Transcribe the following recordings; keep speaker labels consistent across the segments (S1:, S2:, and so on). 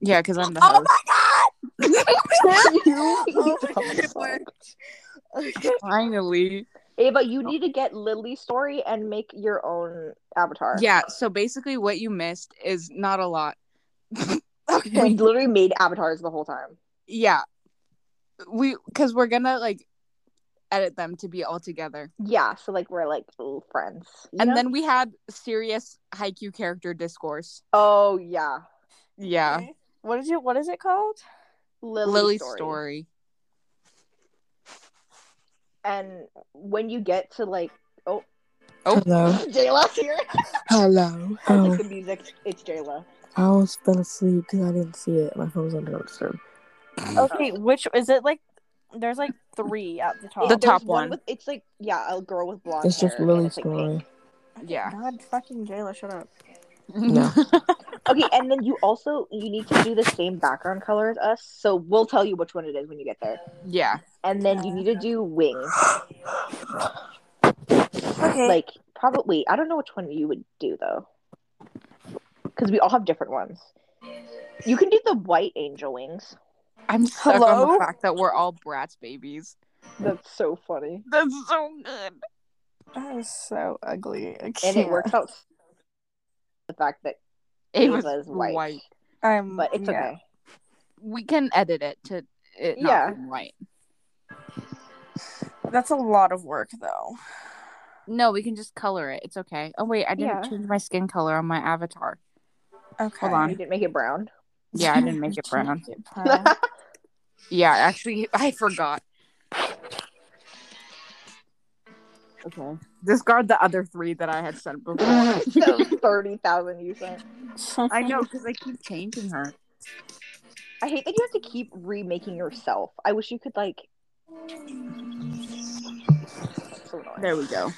S1: Yeah, because I'm the
S2: Oh
S1: host. Uh-huh.
S2: my god!
S3: You
S2: Oh my god, it worked. Okay.
S1: Finally.
S3: Ava, you need to get Lily's story and make your own avatar.
S1: Yeah, so basically what you missed is not a lot.
S3: We
S2: Okay.
S3: literally made avatars the whole time.
S1: Yeah. We cuz we're going to like edit them to be all together.
S3: Yeah, so like we're like little friends. you
S1: And
S3: know?
S1: then we had serious haiku character discourse.
S3: oh yeah,
S1: Yeah.
S2: What is it? What is it called?
S3: Lily's,
S1: Lily's
S3: story.
S1: story.
S3: And when you get to like
S4: Hello.
S3: Jayla's here,
S1: Hello.
S3: I
S4: Oh,
S3: think the music. It's Jayla.
S4: I almost fell asleep because I didn't see it. My phone's on do not disturb.
S2: Okay, which is it? Like, there's like three at the top.
S1: The
S3: There's
S1: top one.
S3: With, it's like yeah, a girl with blonde.
S4: It's just
S3: hair, and
S4: Lily's
S3: it's, like, pink.
S4: story.
S1: Yeah.
S2: God, fucking Jayla, shut up.
S4: No.
S3: Okay, and then you also you need to do the same background color as us, so we'll tell you which one it is when you get there.
S1: yeah.
S3: And then you need to do wings,
S2: Okay.
S3: like probably I don't know which one you would do though, because we all have different ones. You can do the white angel wings.
S1: I'm stuck on
S2: Hello?
S1: the fact that we're all brats babies.
S3: That's so funny,
S1: That's so good.
S2: that is so ugly. I
S3: and it
S2: can't.
S3: works out. The fact that
S1: Ava's
S3: Ava's white,
S1: white.
S2: I'm,
S3: but it's
S2: yeah.
S3: okay.
S1: We can edit it to it not
S3: Yeah.
S1: being white.
S2: That's a lot of work, though.
S1: No, we can just color it. It's okay. Oh wait, I didn't
S3: Yeah.
S1: change my skin color on my avatar.
S2: Okay.
S1: Hold on.
S3: You didn't make it brown.
S1: Yeah, I didn't make it brown. Yeah, actually, I forgot. Okay. Discard the other three that I had said before.
S3: Those thirty thousand you sent.
S1: I know because I keep changing her.
S3: I hate that you have to keep remaking yourself. I wish you could like. So annoying.
S1: There we go.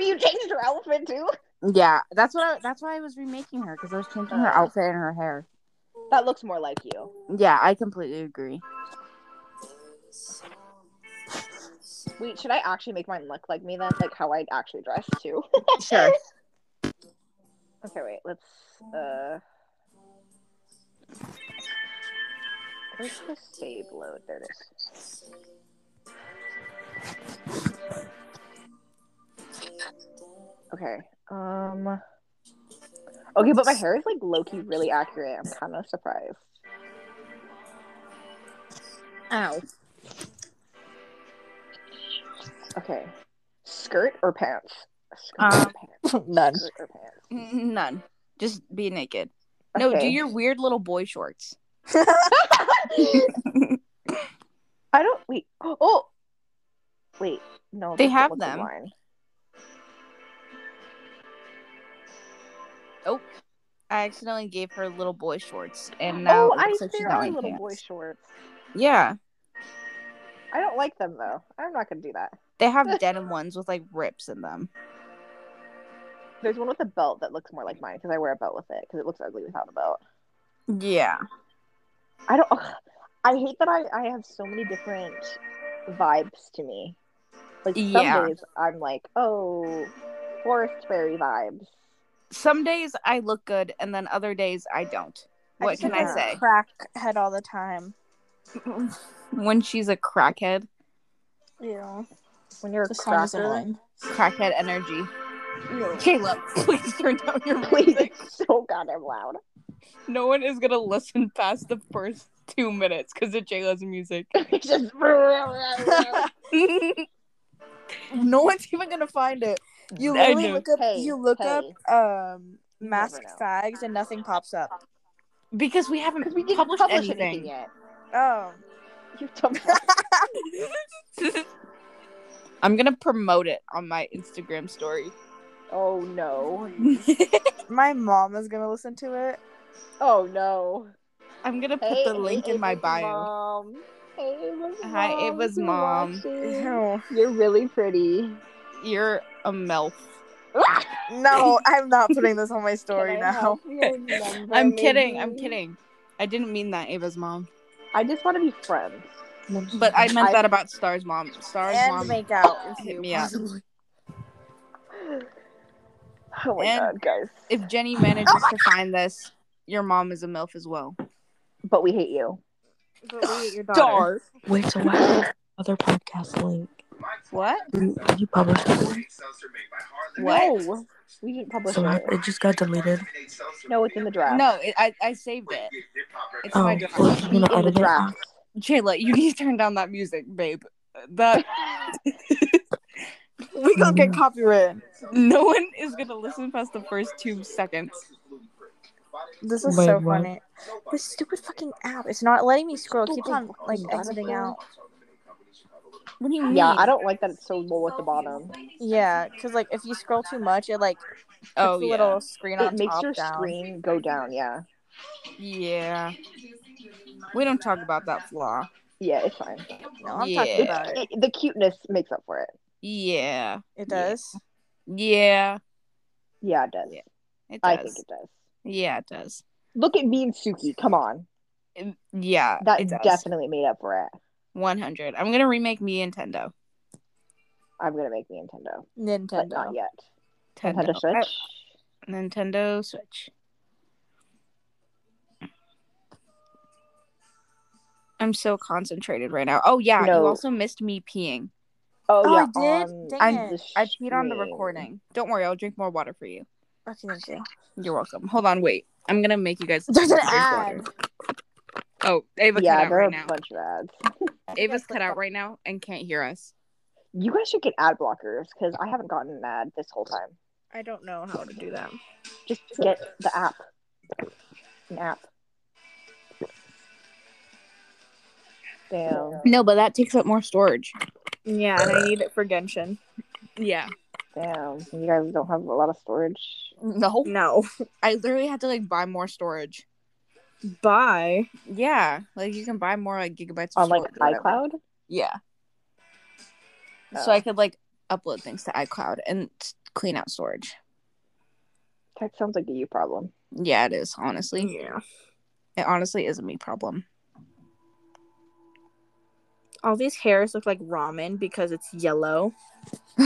S3: you changed your outfit too.
S1: Yeah, that's what. I, that's why I was remaking her because I was changing her outfit and her hair.
S3: That looks more like you.
S1: Yeah, I completely agree.
S3: Wait, should I actually make mine look like me then? Like how I'd actually dress too.
S1: Sure.
S3: okay, wait. Let's. Uh. Where's the save load? There it is. Okay. Um. Okay, but my hair is like low key really accurate. I'm kind of surprised.
S1: Ow.
S3: Okay. Skirt or pants? Skirt
S1: Um,
S3: or pants?
S2: None.
S3: Skirt or pants?
S1: None. Just be naked. No, do
S3: Okay.
S1: your weird little boy shorts.
S3: I don't. Wait. Oh! Wait. No.
S1: They
S3: that's
S1: have
S3: not the
S1: them.
S3: line.
S1: I accidentally gave her little boy shorts, and now
S3: Oh,
S1: it
S3: I
S1: looks like she's
S3: there
S1: not
S3: are
S1: wearing
S3: little
S1: pants.
S3: boy shorts.
S1: Yeah,
S3: I don't like them though. I'm not gonna do that.
S1: they have denim ones with like rips in them.
S3: There's one with a belt that looks more like mine because I wear a belt with it because it looks ugly without a belt.
S1: Yeah,
S3: I don't. ugh. I hate that I, I have so many different vibes to me. Like some
S1: Yeah.
S3: days I'm like, oh, forest fairy vibes.
S1: some days I look good, and then other days I don't. What
S2: just
S1: can
S2: look
S1: I
S2: like a
S1: say?
S2: Crack head all the time.
S1: when she's a crackhead,
S2: Yeah.
S3: When you're a
S2: The song is
S3: cracker,
S2: annoying.
S1: crackhead energy. Caleb, please turn down your
S3: please,
S1: music.
S3: it's so goddamn loud.
S1: No one is gonna listen past the first two minutes because of Jayla's music.
S3: It's just. hey,
S2: no one's even gonna find it. You
S1: I
S2: literally
S1: know.
S2: look up. you look
S3: hey.
S2: up um masked
S3: know.
S2: fags and nothing pops up.
S1: because we haven't
S3: Because we didn't
S1: published
S3: publish anything,
S1: anything.
S3: yet.
S2: Oh.
S3: You dumb.
S1: I'm gonna promote it on my Instagram story.
S3: oh no.
S2: My mom is gonna listen to it.
S3: Oh no.
S1: I'm gonna put the link in my
S3: Ava's
S1: bio.
S3: Mom. Hey, Ava's
S1: Hi,
S3: mom,
S1: Ava's
S3: you're
S1: mom.
S3: watching. You're really pretty.
S1: You're a MILF.
S2: No, I'm not putting this on my story
S3: Can I
S2: now.
S3: have your number,
S1: I'm kidding. I'm
S3: maybe?
S1: kidding. I didn't mean that, Ava's mom.
S3: I just want to be friends.
S1: But I meant
S3: I-
S1: that about Star's mom. Star's
S2: And
S1: mom.
S2: make out. if
S1: Hit
S2: you
S1: me up.
S2: possibly-
S3: Oh my
S1: And-
S3: god, guys.
S1: If Jenny manages to find this, your mom is a MILF as well.
S3: But we hate you.
S2: Your daughter.
S1: Dark.
S5: Wait, so what's the other podcast link?
S1: What?
S5: Didn't you publish it?
S1: What?
S2: No.
S3: We didn't publish
S5: So I,
S3: it.
S5: it just got deleted.
S3: No, it's in the draft.
S1: No, it, I, I saved it. It's
S5: Oh,
S1: my
S5: well,
S1: draft.
S5: I'm
S3: We
S5: gonna
S3: in the
S5: edit it. out.
S3: draft.
S1: Jayla, you need to turn down that music, babe. That
S2: We gonna get copyrighted.
S1: no one is gonna listen past the first two seconds.
S2: This is
S5: Wait,
S2: so
S5: what?
S2: funny. This stupid fucking app. It's not letting me scroll. It keeps on like exiting out.
S1: What do you mean?
S3: Yeah, I don't like that it's so low at the bottom.
S2: Yeah, because like if you scroll too much, it like puts
S1: Oh
S2: the
S1: yeah.
S2: little screen
S3: It
S2: on
S3: makes
S2: top
S3: your
S2: down.
S3: screen go down, yeah.
S1: Yeah. We don't talk about that flaw.
S3: Yeah, it's fine.
S2: No, I'm
S1: Yeah.
S2: talking about it.
S3: It- the cuteness makes up for it.
S1: Yeah.
S2: It does.
S1: Yeah.
S3: Yeah, it does.
S1: Yeah, It does.
S3: I think it does.
S1: Yeah, it does.
S3: Look at me and Suki. Come on.
S1: It- yeah.
S3: That
S1: it does.
S3: definitely made up for it.
S1: 100. I'm going to remake me Nintendo.
S3: I'm gonna make Nintendo, but
S2: Nintendo.
S3: not yet.
S1: Nintendo,
S3: Nintendo Switch.
S1: Uh, Nintendo Switch. I'm so concentrated right now. Oh, yeah. You
S3: No.
S1: also missed me peeing.
S3: Oh,
S2: Oh,
S3: yeah,
S2: I did? Dang
S3: on the
S1: I peed on the
S3: stream.
S1: recording. Don't worry. I'll drink more water for you.
S2: Okay, thank you.
S1: You're welcome. Hold on. Wait. I'm going to make you guys.
S2: There's an
S1: drink water.
S2: ad.
S1: Oh, Ava cut
S3: Yeah,
S1: out
S3: there are
S1: right
S3: a
S1: now.
S3: bunch of ads.
S1: Ava's cut out right now and can't hear us.
S3: You guys should get ad blockers because I haven't gotten an ad this whole time.
S2: I don't know how to do that.
S3: Just get the app. An app. Damn.
S1: No, but that takes up more storage.
S2: Yeah, and I need it for Genshin.
S1: Yeah.
S3: Damn. You guys don't have a lot of storage.
S1: No.
S2: No.
S1: I literally had to like buy more storage.
S2: Bye.
S1: Yeah. Like you can buy more like gigabytes of
S3: On like
S1: storage or whatever.
S3: iCloud?
S1: Yeah. So
S3: Oh.
S1: I could like upload things to iCloud and s- clean out storage.
S3: That sounds like a you problem.
S1: Yeah, it is, honestly.
S2: Yeah.
S1: It honestly is a me problem.
S2: All these hairs look like ramen because it's yellow.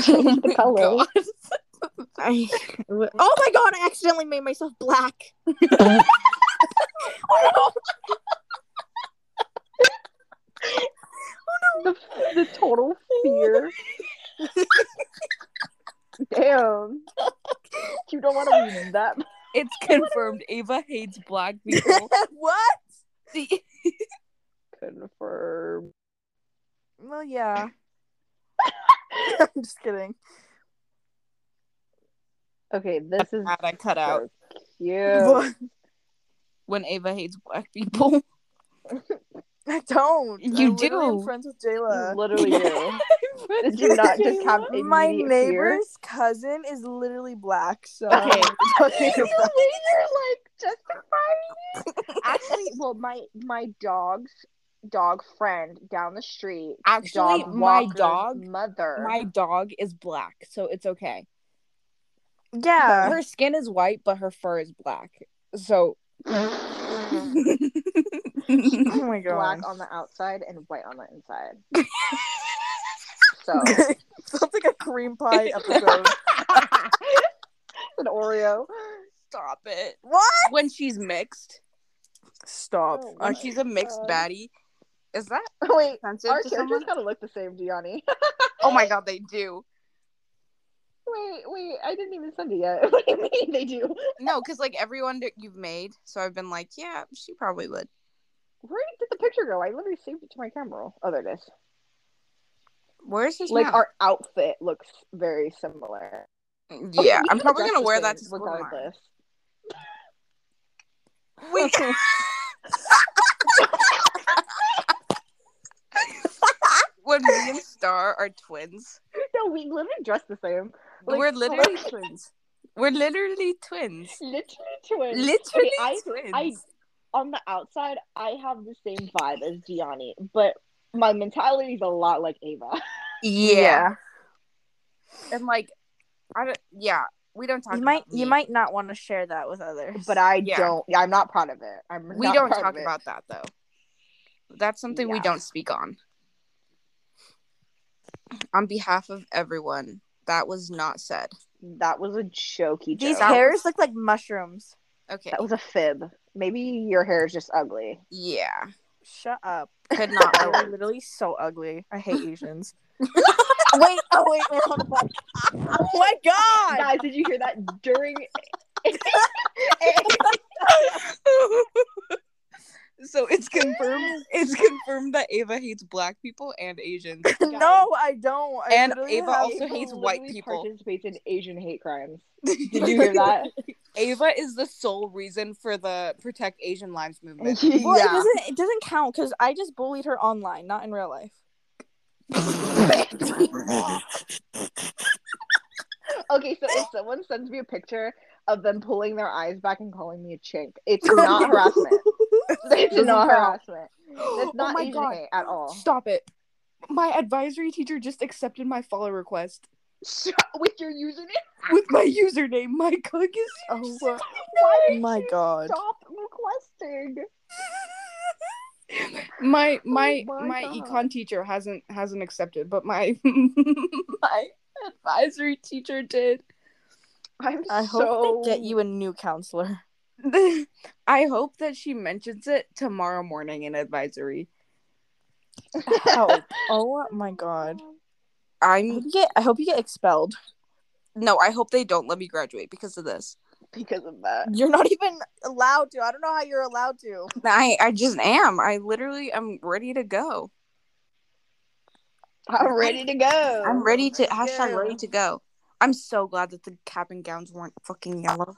S3: Change the color.
S2: I oh my god, I accidentally made myself black.
S3: the, the total fear. Damn. You don't want to be that.
S1: It's confirmed Ava hates black people.
S2: what?
S1: See?
S3: Confirm.
S2: Well yeah. I'm just kidding.
S3: Okay, this is
S1: I cut out
S3: so cute.
S1: when Ava hates black people.
S2: I don't.
S1: You
S2: I literally am
S1: do.
S2: friends with
S3: You
S2: Jayla.
S3: Literally, Um, do. Did you not just have
S2: My
S3: immediate fear?
S2: neighbor's cousin is literally black, so
S3: Okay.
S2: okay.
S3: You ladies are, like justifying it. Actually, well, my my dog's dog friend down the street.
S1: Actually,
S3: dog
S1: my
S3: walker's
S1: dog-
S3: mother.
S1: My dog is black, so it's okay.
S2: Yeah.
S1: Her skin is white, but her fur is black. So
S2: Oh my
S3: black
S2: god.
S3: on the outside and white on the inside. so
S2: Sounds like a cream pie episode.
S3: an Oreo.
S1: stop it.
S2: what?
S1: When she's mixed,
S2: Stop.
S3: Oh,
S1: when
S3: what?
S1: she's a mixed
S3: God.
S1: baddie, is that
S3: Wait,
S1: offensive
S3: our
S1: to
S3: characters
S1: someone?
S3: kind of look the same, Gianni.
S1: Oh my god, they do.
S3: wait, wait, I didn't even send it yet. What do you mean they do?
S1: No, because like everyone that you've made, so I've been like, yeah, she probably would.
S3: Where did the picture go? I literally saved it to my camera roll. Oh, there it is.
S1: Where's his
S3: Like
S1: mouth?
S3: our outfit looks very similar.
S1: yeah,
S3: We
S1: I'm
S3: can
S1: probably
S3: dress
S1: gonna
S3: the
S1: wear
S3: same
S1: that to school tomorrow.
S3: regardless.
S1: Wait, when me and Star are twins,
S3: No, we literally dress the same. Like,
S1: we're literally twins. We're literally twins.
S3: Literally twins.
S1: Literally
S3: I-
S1: twins.
S3: I- on the outside, I have the same vibe as Gianni, but my mentality is a lot like Ava.
S1: yeah. and like I don't yeah, we don't talk
S2: You might
S1: about
S2: you
S1: me.
S2: might not want to share that with others.
S3: But I
S1: Yeah.
S3: don't. Yeah, I'm not proud of it. I'm.
S1: we
S3: not
S1: don't
S3: proud of
S1: talk
S3: it.
S1: about that though. That's something we
S3: Yeah.
S1: don't speak on. On behalf of everyone, that was not said.
S3: That was a jokey
S2: These
S3: joke.
S1: hair-
S2: hairs look like mushrooms.
S1: Okay.
S3: That was a fib. Maybe your hair is just ugly.
S1: Yeah.
S2: Shut up.
S1: Could not.
S2: They're literally so ugly. I hate Asians.
S3: Wait, oh wait, wait, hold on.
S2: oh my god!
S3: Guys, did you hear that during
S1: so it's confirmed. It's confirmed that Ava hates black people and Asians.
S2: no, I don't. I
S1: And
S2: literally
S1: Ava
S2: have-
S1: also hates white
S3: literally
S1: people.
S3: Participates in Asian hate crimes. Did you hear that?
S1: Ava is the sole reason for the Protect Asian Lives movement.
S2: Well, it
S3: yeah.
S2: doesn't. It doesn't count because I just bullied her online, not in real life.
S3: Okay, so if someone sends me a picture of them pulling their eyes back and calling me a chink, it's not harassment. It's
S2: Doesn't
S3: not
S2: count.
S3: harassment. That's not
S1: oh my
S3: Asian
S1: god.
S3: hate at all.
S1: Stop it. My advisory teacher just accepted my follow request
S3: Shut- With your username,
S1: with my username. My cook is
S2: Oh
S3: why did
S2: my
S3: you
S2: god!
S3: stop requesting?
S1: my my
S3: Oh my
S1: my
S3: God.
S1: econ teacher hasn't hasn't accepted, but my my advisory teacher did.
S3: I'm
S2: I hope
S3: so
S2: they get you a new counselor.
S1: I hope that she mentions it tomorrow morning in advisory.
S2: Help. oh my god! I
S1: I'm
S2: hope you get. I hope you get expelled.
S1: no, I hope they don't let me graduate because of this.
S3: because of that.
S2: You're not even allowed to. I don't know how you're allowed to.
S1: I I just am. I literally am ready to go.
S3: I'm ready to go.
S1: I'm ready to hashtag
S2: go.
S1: ready to go. I'm so glad that the cap and gowns weren't fucking yellow.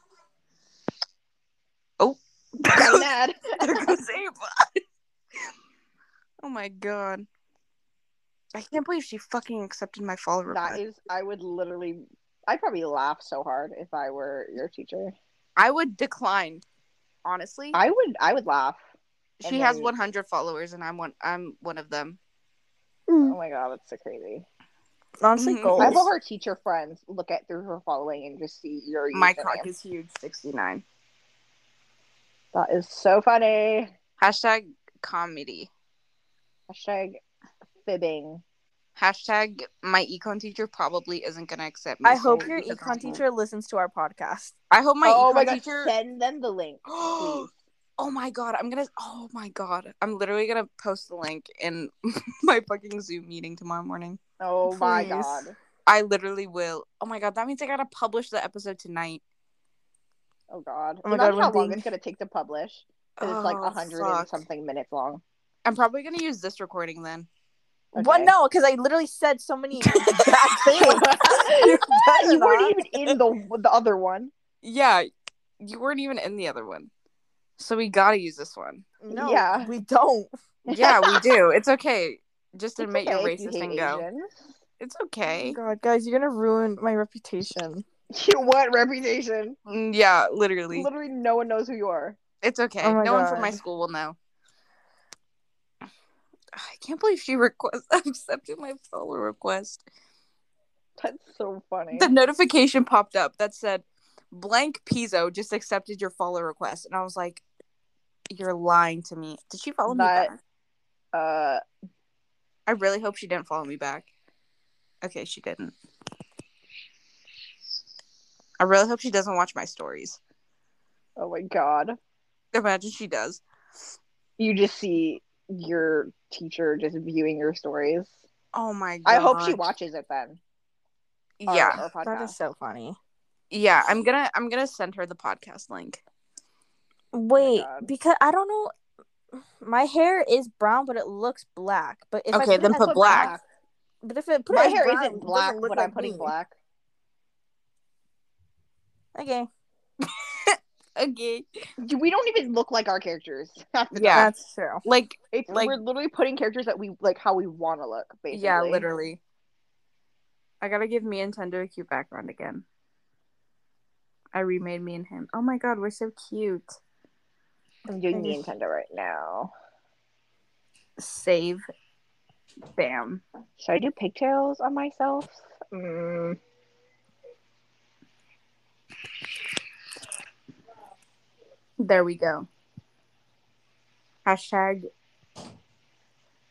S1: Oh,
S3: I'm mad.
S1: there goes Ava. oh my god. I can't believe she fucking accepted my follow
S3: That
S1: request.
S3: is, I would literally, I'd probably laugh so hard if I were your teacher.
S1: I would decline. Honestly,
S3: I would, I would laugh.
S1: she
S3: and
S1: has
S3: then-
S1: 100 followers, and I'm one. I'm one of them.
S3: Oh my god, that's so crazy.
S2: Honestly,
S1: Mhm.
S2: goals.
S3: I have all her teacher friends look at through her following and just see your
S1: My
S3: username.
S1: cock is huge. 69.
S3: That is so funny.
S1: Hashtag comedy.
S3: Hashtag fibbing.
S1: Hashtag my econ teacher probably isn't gonna accept me.
S2: I
S1: so
S2: hope
S1: we
S2: your
S1: should
S2: econ
S1: not.
S2: teacher listens to our podcast.
S1: I hope my
S3: oh
S1: econ
S3: my god,
S1: teacher.
S3: send them the link, please.
S1: oh my god! I'm gonna. Oh my god! I'm literally gonna post the link in my fucking Zoom meeting tomorrow morning.
S3: Oh my
S2: Please.
S3: god.
S1: I literally will. Oh my god! That means I gotta publish the episode tonight.
S3: Oh god.
S2: Oh my
S3: That's
S2: God,
S3: how
S2: when
S3: long
S2: being-
S3: it's gonna take to publish. 'cause It's like
S1: Oh,
S3: a hundred
S1: fuck.
S3: and something minutes long.
S1: I'm probably gonna use this recording then.
S2: What?
S3: Okay.
S2: No, because I literally said so many bad things.
S3: you
S2: better not.
S3: weren't even in the the other one.
S1: Yeah, you weren't even in the other one, so we gotta use this one.
S2: No,
S3: Yeah.
S2: we don't.
S1: Yeah, we do. It's okay. Just
S3: It's
S1: admit
S3: okay
S1: your
S3: if you
S1: racist
S3: hate
S1: and go.
S3: Asians.
S1: It's okay.
S2: God, guys, you're gonna ruin my reputation.
S3: You what reputation?
S1: Mm, Yeah, literally.
S3: Literally, no one knows who you are.
S1: It's okay.
S2: Oh
S1: no
S2: my
S1: one from my
S2: God.
S1: school will know. I can't believe she request accepted my follow request.
S3: That's so funny.
S1: The notification popped up that said blank Pizzo just accepted your follow request and I was like you're lying to me. Did she follow
S3: That-
S1: me back?
S3: uh,
S1: I really hope she didn't follow me back. Okay, she didn't. I really hope she doesn't watch my stories.
S3: oh my god.
S1: Imagine she does.
S3: You just see your teacher just viewing your stories.
S1: Oh my god.
S3: I hope she watches it then. Our-
S1: Yeah.
S3: our
S2: That
S3: podcast.
S2: is so funny.
S1: Yeah, I'm gonna I'm gonna send her the podcast link. Oh
S2: Wait,
S3: God.
S2: because I don't know. My hair is brown, but it looks black. But if I
S1: Okay,
S2: put
S1: then
S2: it as
S1: put
S2: like-
S1: black.
S2: But if it put
S3: My
S2: it as
S3: hair
S2: brown, it
S3: isn't
S2: doesn't
S3: black,
S2: look
S3: but
S2: like
S3: I'm putting
S2: me.
S3: black.
S2: Okay,
S1: Okay.
S3: Dude, We don't even look like our characters. half the
S1: Yeah.
S3: time.
S2: that's true.
S1: Like
S3: It's,
S1: Like-
S3: we're literally putting characters that we like how we want to look. Basically,
S1: yeah, literally. I gotta give me and Tender a cute background again. I remade me and him. Oh my god, we're so cute.
S3: I'm doing Nintendo right now.
S1: Save. Bam.
S3: Should I do pigtails on myself? Mm.
S1: There we go. Hashtag.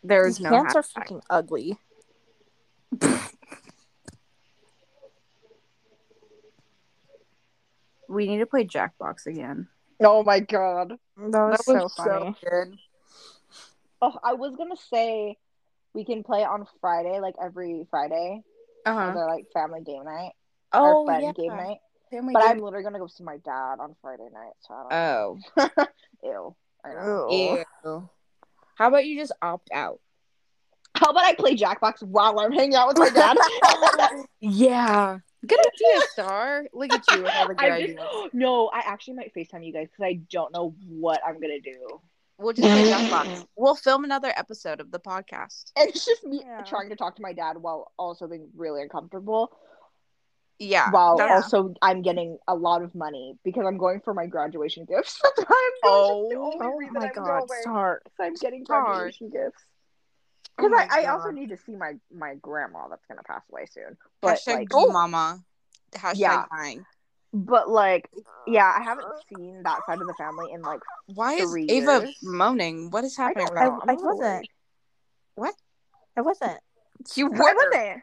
S1: There is
S2: These
S1: no
S2: pants are
S1: hashtag.
S2: fucking ugly.
S1: We need to play Jackbox again.
S3: Oh my god.
S2: That was, so funny.
S1: good.
S3: Oh, I was gonna say we can play on Friday, like every Friday,
S1: Uh
S3: as
S1: huh.
S3: our like family game night, our
S2: Uh-huh. oh
S3: friend
S2: yeah.
S3: game night.
S1: Family
S3: But I'm
S1: game-
S3: literally gonna go see my dad on Friday night, so I
S1: oh.
S3: don't know. Uh, Ew. I know.
S1: Ew. How about you just opt out?
S3: How about I play Jackbox while I'm hanging out with my dad?
S1: Yeah. Good idea, Star. Look at you with all the good
S3: I
S1: ideas.
S3: just, no, I actually might FaceTime you guys because I don't know what I'm gonna do.
S1: We'll just play Jackbox. We'll film another episode of the podcast.
S3: It's just me
S2: Yeah.
S3: trying to talk to my dad while also being really uncomfortable.
S1: Yeah.
S3: while
S1: that's-
S3: also I'm getting a lot of money because I'm going for my graduation gifts. That's why I'm going.
S1: Oh.
S3: That's the only
S2: Oh
S3: reason
S2: my
S3: I'm
S2: god,
S3: going.
S2: start.
S3: So I'm getting
S1: Sorry.
S3: graduation gifts.
S1: Oh
S3: Because
S1: my
S3: I, I also
S1: God.
S3: need to see my, my grandma that's gonna pass away soon. But
S1: Hashtag
S3: like,
S1: go mama. Hashtag
S3: Yeah.
S1: dying.
S3: but like, yeah, I haven't seen that side of the family in like
S1: Why is
S3: Three
S1: Ava
S3: years.
S1: moaning? What is
S3: I
S1: happening
S3: don't
S1: right
S2: I,
S3: know.
S1: now?
S3: I'm
S2: I
S3: a little
S2: wasn't.
S1: What?
S2: I wasn't.
S1: You
S3: I
S1: were.
S3: wasn't.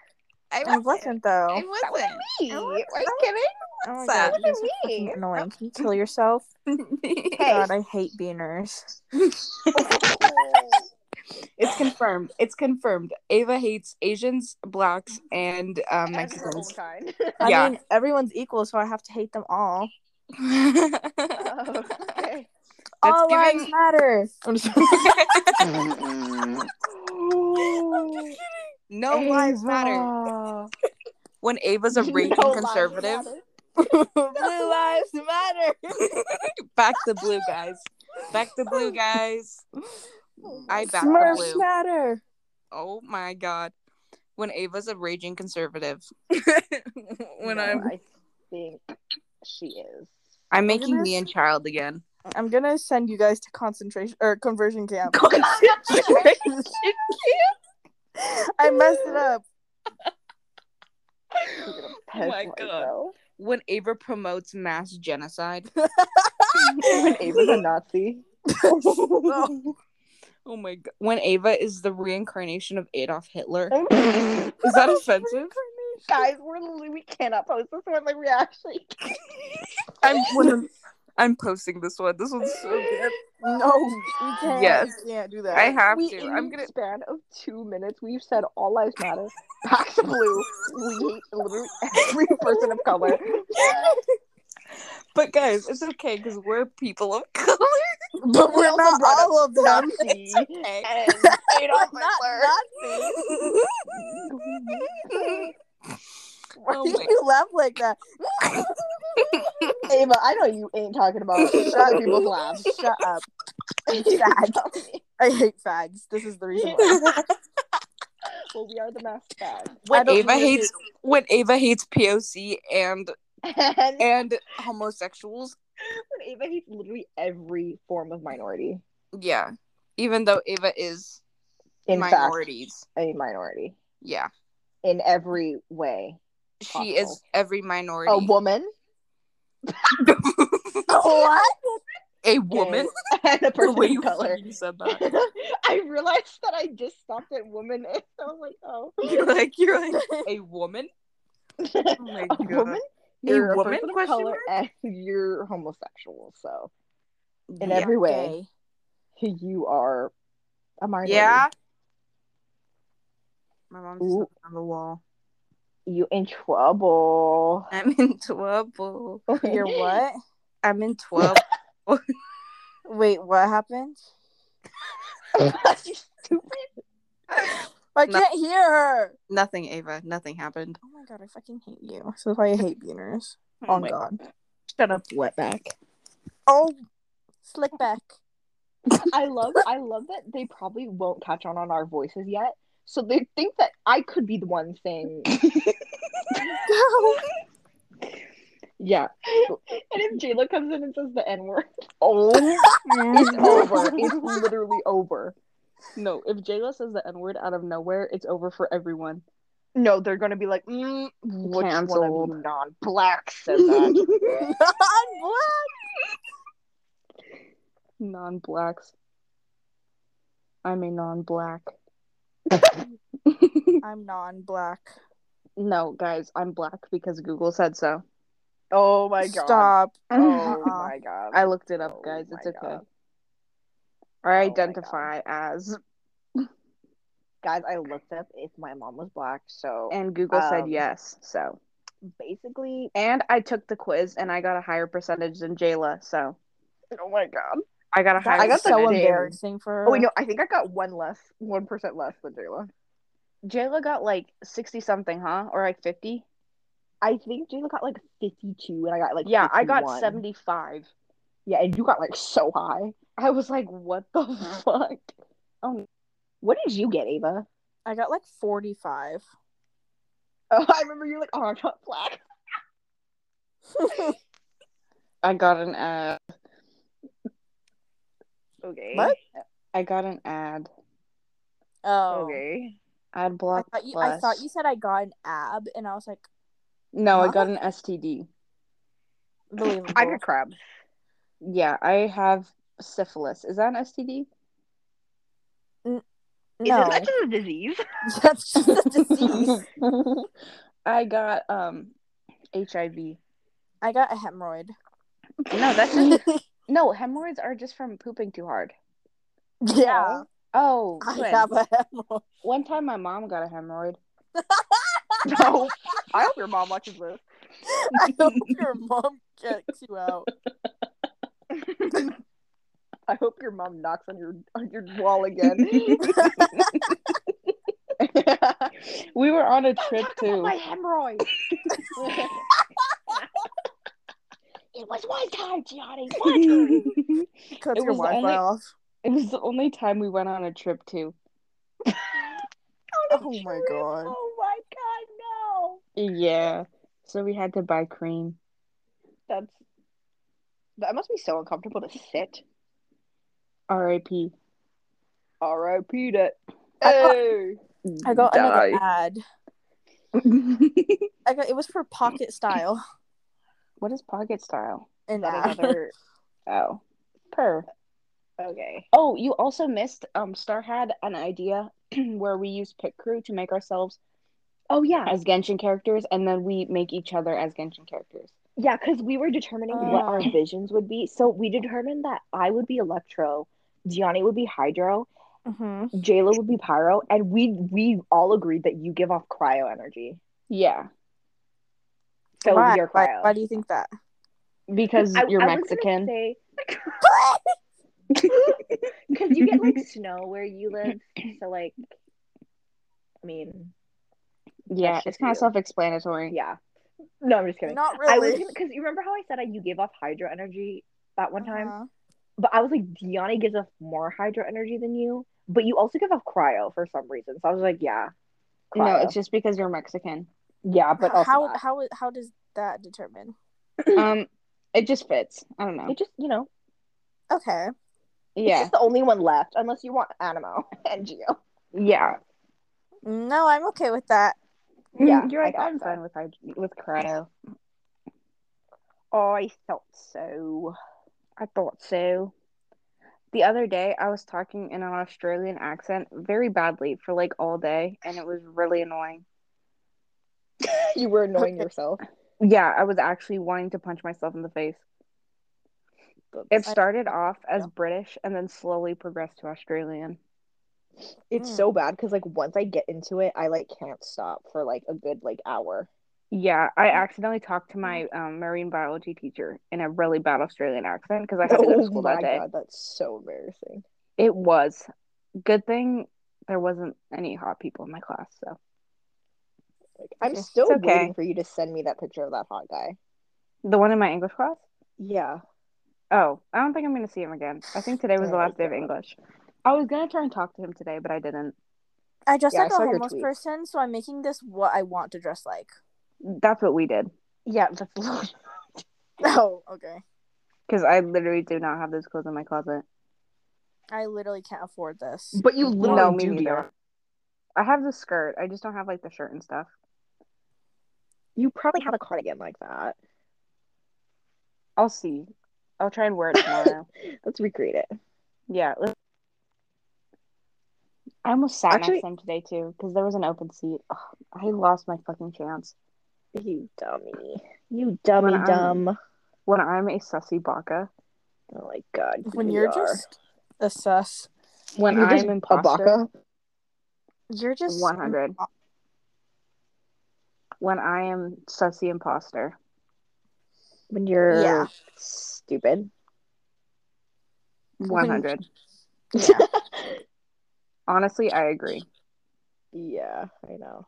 S1: I
S2: I
S1: wasn't.
S2: wasn't though.
S1: I
S3: That
S1: wasn't.
S3: wasn't me.
S1: I
S3: Are
S1: wasn't.
S3: you kidding?
S2: oh my
S1: That
S2: god, you guys
S3: wasn't
S2: are fucking
S3: me.
S2: annoying. Can you kill yourself?
S3: Hey.
S2: God, I hate beaners.
S1: it's confirmed. It's confirmed. Ava hates Asians, blacks, and um,
S3: And her own
S1: Mexicans.
S3: kind.
S2: I
S1: Yeah.
S2: mean, everyone's equal, so I have to hate them all.
S1: That's
S3: Oh, okay.
S2: all lives
S1: giving-
S2: matter.
S1: no lives matter.
S2: Ava.
S1: When Ava's a raging
S3: No lies
S1: conservative,
S3: matter.
S2: Blue lives matter.
S1: back the blue guys. Back the blue guys. I back the
S2: Smurfs
S1: blue.
S2: matter.
S1: Oh my god. When Ava's a raging conservative. when
S3: No,
S1: I'm
S3: I think she is.
S1: I'm
S2: Look at
S1: making
S2: this.
S1: me and child again.
S2: I'm gonna send you guys to concentration or conversion camp. I messed it up.
S3: I'm gonna
S1: Oh my
S3: piss
S1: God.
S3: myself.
S1: When Ava promotes mass genocide.
S3: When Ava's a Nazi.
S1: oh. oh my god. When Ava is the reincarnation of Adolf Hitler. Is that offensive?
S3: Guys, we're literally, we cannot post this one. Like, we actually.
S1: I'm I'm posting this one. This one's so good.
S2: No, we can't.
S1: Yes.
S2: we can't do that.
S1: I have
S3: we,
S1: to.
S3: In
S1: I'm
S3: the
S1: gonna
S3: span of two minutes, we've said all lives matter, back to blue. We hate literally every person of color.
S1: But guys, it's okay because we're people of color.
S2: but we're
S3: also
S2: not
S3: brought
S2: all of them.
S3: Nazi
S1: okay.
S3: and Adolf
S2: Not
S3: Hitler.
S2: Nazi.
S1: Oh
S2: Why
S1: Oh
S2: do
S1: my-
S2: you laugh like that?
S3: Ava, I know you ain't talking about other people's lives.
S2: Shut up.
S3: Sad.
S2: I hate fags. This is the reason why.
S3: well, we are the masked fag.
S2: I
S1: when
S2: don't
S1: Ava
S2: know if
S1: hates when Ava hates POC and
S3: And
S1: and homosexuals.
S3: Ava hates literally every form of minority.
S1: Yeah. Even though Ava is
S3: In
S1: minorities.
S3: fact, a minority
S1: Yeah.
S3: in every way.
S1: She
S3: Possible.
S1: is every minority.
S3: A woman,
S2: What?
S1: A woman?
S3: gay, and a
S1: The way
S3: person
S1: you
S3: of color.
S1: fucking said that.
S3: I realized that I just stopped at woman. And I was like, oh,
S1: You're like you're like a woman? Oh my
S3: a woman. You're a
S1: woman?
S3: person of
S1: Question
S3: color, and you're homosexual. So in
S1: Yeah.
S3: every way, you are a minority.
S1: Yeah. My mom's
S3: Ooh.
S1: looking on the wall.
S3: you in trouble.
S1: I'm in trouble.
S2: You're what?
S1: I'm in trouble.
S2: Wait, what happened?
S3: You stupid.
S2: I
S1: No.
S2: can't hear her.
S1: nothing, Ava. Nothing happened.
S2: Oh my god, I fucking hate you. So that's why I hate beaners.
S1: Oh
S2: On
S1: my-
S2: God.
S1: Shut up, wetback.
S2: Oh, slick back.
S3: I love I love that they probably won't catch on on our voices yet. So they think that I could be the one saying yeah. And if Jayla comes in and says the N word, oh, it's over. It's literally over.
S1: No, if Jayla says the N word out of nowhere, it's over for everyone.
S3: No, they're gonna be like, mm, which one of
S1: Cancelled.
S3: you non-black said that?
S1: Non blacks. I'm a non black.
S2: I'm non black.
S1: no, guys, I'm black because Google said so.
S3: Oh my god.
S1: Stop.
S3: Oh
S1: Uh-uh.
S3: my god.
S1: I looked it up,
S3: Oh
S1: guys. It's okay.
S3: my God.
S1: I
S3: Oh my God.
S1: identify as,
S3: Guys, I looked up if my mom was black, so
S1: and Google said
S3: Um,
S1: yes. So,
S3: basically,
S1: and I took the quiz and I got a higher percentage than Jayla. So
S3: oh my god.
S1: I got a higher.
S2: I got
S3: so
S2: so
S1: percentage.
S2: embarrassing for her.
S3: Oh wait, no, I think I got one less, one percent less than Jayla.
S1: Jayla got like sixty something, huh? Or like fifty?
S3: I think Jayla got like fifty-two, and I got like
S1: yeah, I got
S3: 51.
S1: seventy five.
S3: Yeah, and you got like so high.
S1: I was like, what the fuck? Oh,
S3: Um, What did you get, Ava?
S2: I got like 45.
S3: Oh, I remember you're like, oh, I'm not black.
S1: I got an ad.
S3: Okay.
S2: What?
S1: I got an ad.
S2: Oh.
S3: Okay.
S1: Ad
S2: I
S1: block.
S2: thought, you, I
S1: plus.
S2: thought you said I got an ab, and I was like,
S1: No, I
S2: Huh?
S1: got an STD.
S2: believable.
S3: I got crabs.
S1: Yeah, I have syphilis. Is that an STD?
S2: no,
S3: Is it just a disease?
S2: that's just a disease.
S1: I got um HIV. No,
S2: I got a hemorrhoid.
S1: that's just no. Hemorrhoids are just from pooping too hard.
S2: yeah,
S1: Oh,
S2: I
S1: twins.
S2: have a hemorrhoid.
S1: one time my mom got a hemorrhoid.
S3: no. I hope your mom watches this.
S2: I hope your mom checks you out.
S3: I hope your mom knocks on your on your wall again.
S1: we were on a trip to
S3: my hemorrhoid. it was one time, Gianni. One time.
S1: it
S2: Cuts
S1: It
S2: your
S1: was
S2: Wi-Fi
S1: only-
S2: off.
S1: was the only time we went on a trip to.
S2: Oh my god.
S3: Oh my god,
S1: Yeah. So we had to buy cream.
S3: no. That's that must be so uncomfortable to sit.
S1: R.I.P.
S3: R.I.P. to.
S2: I got-
S3: Hey.
S2: I got
S1: Die.
S2: another ad. I got it was for pocket style.
S1: what is pocket style?
S2: And
S3: Got
S2: ad.
S3: another.
S1: Oh, per.
S3: Okay.
S1: Oh, you also missed. Um, Star had an idea where we use Pit Crew to make ourselves
S3: Oh yeah,
S1: as Genshin characters, and then we make each other as Genshin characters.
S3: yeah. Because we were determining what
S2: Oh.
S3: our visions would be. So we determined that I would be Electro, Gianni would be Hydro,
S2: Mhm.
S3: Jayla would be Pyro, and we we all agreed that you give off cryo energy.
S1: Yeah,
S3: So
S2: why?
S3: we are
S2: why,
S3: cryo.
S2: why do you think that?
S1: because
S3: I-
S1: you're
S3: I was gonna
S1: Mexican.
S3: say- Because you get like snow where you live, so like, I mean,
S1: yeah,
S3: that's just
S1: it's kind
S3: you.
S1: of self-explanatory.
S3: yeah. No, I'm just kidding.
S2: Not
S3: I was
S2: really.
S3: because you remember how I said I, you gave off hydro energy that one time,
S2: Uh-huh.
S3: but I was like, Deanna gives off more hydro energy than you, but you also give off cryo for some reason. So I was like, yeah, cryo.
S1: No, it's just because you're Mexican.
S3: yeah, but also
S2: how
S3: not.
S2: how how does that determine?
S1: um, it just fits. I don't know.
S3: it just you know,
S2: Okay.
S3: it's
S1: Yeah,
S3: just the only one left unless you want Animo and Geo.
S1: yeah,
S2: No, I'm okay with that.
S3: Yeah,
S1: Mm, You're
S3: I
S1: like
S3: got
S1: I'm
S3: that.
S1: fine with hyd- with cryo.
S3: I felt so.
S1: I thought so. The other day, I was talking in an Australian accent very badly for like all day, and it was really annoying.
S3: you were annoying yourself.
S1: Yeah, I was actually wanting to punch myself in the face. It
S2: I-
S1: started off as
S2: yeah.
S1: British and then slowly progressed to Australian.
S3: It's
S2: Mm.
S1: Hmm.
S3: so bad because like once I get into it, I like can't stop for like a good like hour.
S1: Yeah, I accidentally talked to my um, marine biology teacher in a really bad Australian accent because I had
S3: Oh
S1: to go to school that day.
S3: that's so embarrassing.
S1: It was. Good thing there wasn't any hot people in my class, so.
S3: Like, I'm
S2: It's
S3: still
S1: okay.
S3: waiting for you to send me that picture of that hot guy.
S1: The one in my English class?
S3: Yeah.
S1: Oh, I don't think I'm going to see him again. I think today was the
S3: Oh my
S1: last day of
S3: God.
S1: English. I was going to try and talk to him today, but I didn't.
S2: I dress
S3: Yeah, I
S2: like a
S3: saw your
S2: homeless
S3: tweets.
S2: person, so I'm making this what I want to dress like.
S1: That's what we did
S3: Yeah, that's
S2: Oh, okay.
S1: because I literally do not have those clothes in my closet.
S2: I literally can't afford this.
S3: But you
S1: No, me neither. I have the skirt. I just don't have like the shirt and stuff.
S3: You probably have a cardigan like that.
S1: I'll see. I'll try and wear it tomorrow.
S3: Let's recreate it.
S1: yeah. let's- I almost sat
S3: Actually-
S1: next to him today too because there was an open seat. Ugh, I lost my fucking chance.
S3: You dummy. You dummy
S1: Wow.
S3: dumb.
S1: When I'm a sussy baka,
S3: Oh my god.
S2: When
S3: you
S2: you're
S3: are.
S2: just a sus,
S1: when
S3: You're
S1: I'm
S3: just
S1: imposter,
S2: you're just
S1: 100. When I am sussy imposter,
S3: when you're
S2: Yeah.
S3: stupid.
S1: 100.
S2: Yeah.
S1: Honestly, I agree.
S3: Yeah, I know.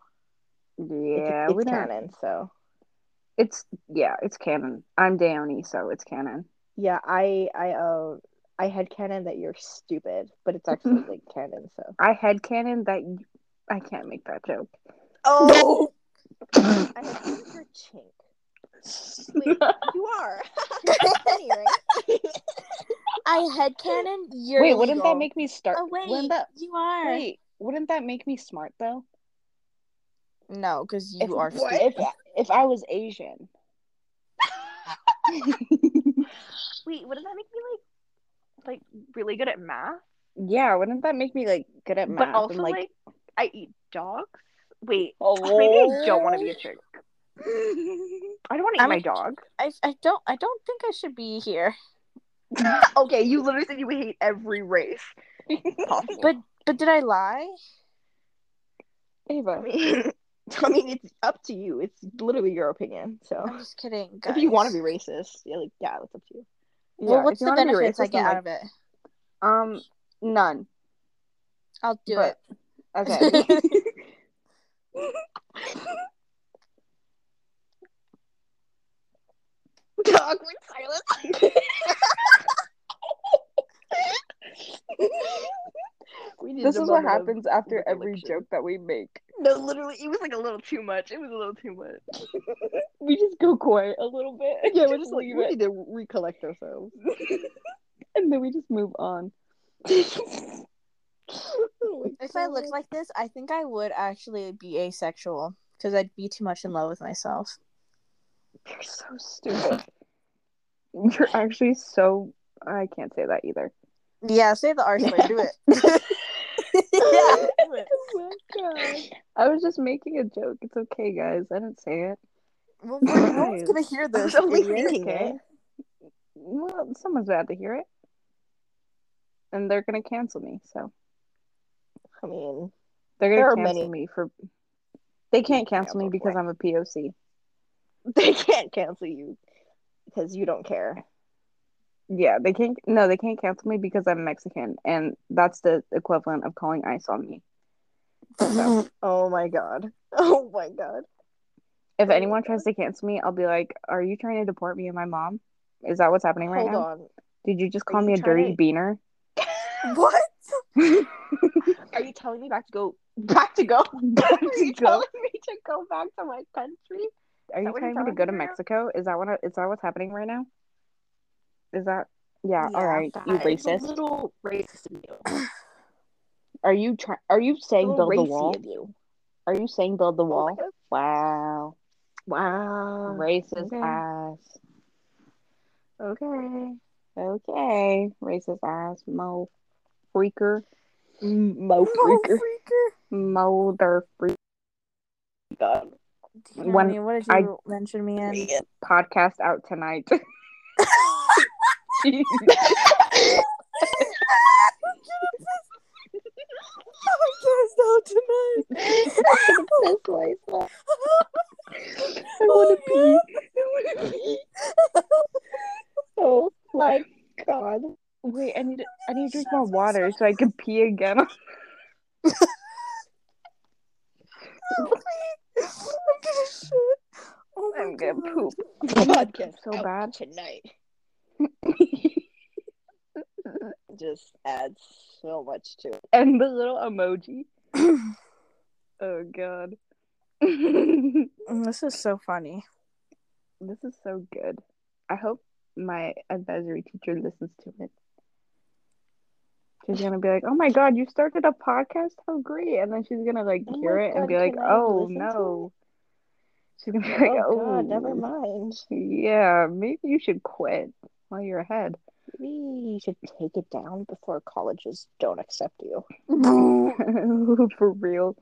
S3: It's-
S1: Yeah,
S3: it's,
S1: we don't.
S3: canon, so
S1: It's yeah, it's canon. I'm Downey, so it's canon.
S3: yeah, I I uh I had canon that you're stupid, but it's actually like canon, so
S1: I had canon that y- I can't make that joke.
S2: Oh,
S3: I had canon that you're chink. Wait, you are. Funny, right?
S2: I head cannon. You're
S1: Wait, wouldn't
S2: illegal.
S1: that make me start?
S2: Oh wait,
S1: wouldn't that
S2: you are.
S1: wait? Wouldn't that make me smart though?
S2: No, because you
S1: if,
S2: are.
S1: what? If, if I was Asian,
S3: Wait, wouldn't that make me like like really good at math?
S1: yeah, wouldn't that make me like good at math?
S3: But
S1: and,
S3: also like, I eat dogs. Wait,
S1: oh,
S3: maybe I don't want to be a chick. I don't want to eat
S2: I'm
S3: my
S2: a-
S3: dog.
S2: I, I don't I don't think I should be here.
S3: Okay, you literally said you hate every race. possible.
S2: But but did I lie?
S3: I mean, I mean, it's up to you. It's literally your opinion. So
S2: I'm just kidding.
S3: if you want to
S2: guys.
S3: be racist, yeah, like yeah, that's up to you.
S2: well,
S1: Yeah,
S2: what's
S1: if you
S2: the
S1: wanna be
S2: benefits I
S1: racist,
S2: get
S1: then,
S2: out
S1: like,
S2: of it?
S1: um none.
S2: I'll do
S1: but-
S2: it.
S1: Okay.
S3: Awkward silence. we did
S1: this
S3: the
S1: is what
S3: moment of-
S1: happens after every
S3: recollection.
S1: joke that we make.
S3: No, literally, it was like a little too much. It was a little too much.
S1: We just go quiet a little bit.
S3: yeah,
S1: Yeah,
S3: we're
S1: we
S3: just
S1: just
S3: like
S1: leave
S3: we
S1: it,
S3: need to recollect ourselves.
S1: and then we just move on. Oh
S2: If I looked like this, I think I would actually be asexual because I'd be too much in love with myself.
S1: You're so stupid. You're actually so. I can't say that either.
S2: Yeah, say the R word. Do it. yeah, do it.
S1: Oh my god! I was just making a joke. It's okay, guys. I didn't say it.
S2: Well, we're- no one's gonna hear this.
S3: I was only
S2: idiot.
S3: thinking
S1: okay.
S3: it.
S1: Well, someone's bad to hear it, and they're gonna cancel me. So
S3: I mean,
S1: they're
S3: There
S1: gonna
S3: are
S1: cancel
S3: many-
S1: me for. They can't cancel me
S3: Cancel
S1: because
S3: for-
S1: I'm a POC.
S3: they can't cancel you because you don't care.
S1: Yeah, they can't. No, they can't cancel me because I'm Mexican, and that's the equivalent of calling ice on me.
S3: Oh my god. Oh my god.
S1: If
S3: Oh my
S1: anyone tries to cancel me, I'll be like, "Are you trying to deport me and my mom? Is that what's happening right
S3: Hold
S1: now?
S3: on.
S1: Did you just
S3: Are
S1: call
S3: you
S1: me a dirty
S3: trying to-
S1: beaner?"
S2: what?
S3: Are you telling me back to go? Back to go? Back Are
S1: to
S3: you
S1: go.
S3: telling me to go back to my country?
S1: Are you
S3: that what
S1: trying me
S3: you're
S1: to
S3: telling
S1: go
S3: me
S1: to
S3: right now?
S1: Mexico? Is that what? I, is that what's happening right now? Is that? Yeah. all
S2: Yeah,
S1: right. You
S3: That is A
S1: racist.
S3: little racist of you. A
S1: Are you trying? Are you saying
S3: little
S1: build the
S3: racy
S1: wall?
S3: of you.
S1: Are you saying build the
S3: Oh my
S1: wall?
S3: God.
S1: Wow.
S3: Wow.
S1: Racist
S3: Oh, okay.
S1: ass.
S3: Okay.
S1: Okay. Racist ass. Mo. Freaker.
S3: Mo freaker.
S1: Molder. Freak.
S3: God.
S2: When,
S1: When
S2: me, what did
S1: I-
S2: you mention me in?
S1: Podcast out tonight.
S2: podcast out tonight.
S1: I want to pee.
S3: Oh my god.
S1: Wait, I need. I need to drink more water so I can pee again.
S2: I'm gonna shit. Oh my
S1: I'm gonna
S2: God.
S1: poop.
S3: Podcast
S1: so bad.
S3: tonight. Just adds so much to it.
S1: and the little emoji. oh god. this
S2: Mm, This is so funny.
S1: is so good. I hope my advisory teacher listens to it. She's gonna be like, "Oh my god, you started a podcast? How great!" And then she's gonna like
S3: Oh my
S1: hear it and
S3: God,
S1: be like,
S3: can I
S1: "Oh
S3: listen to
S1: no." She's gonna be like, "Oh,
S3: oh god, never mind.
S1: Yeah, maybe you should quit while you're ahead."
S3: We should take it down before colleges don't accept you.
S1: For real.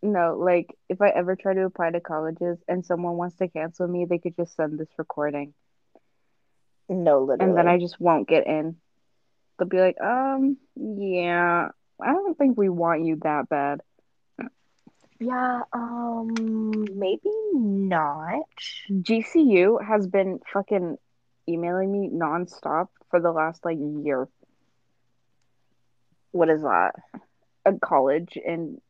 S1: no, like if I ever try to apply to colleges and someone wants to cancel me, they could just send this recording
S3: No, literally.
S1: and then I just won't get in. They'll be like, um, yeah, I don't think we want you that bad.
S5: Yeah, um, maybe not.
S1: GCU has been fucking emailing me nonstop for the last like year.
S3: what is that?
S1: A college in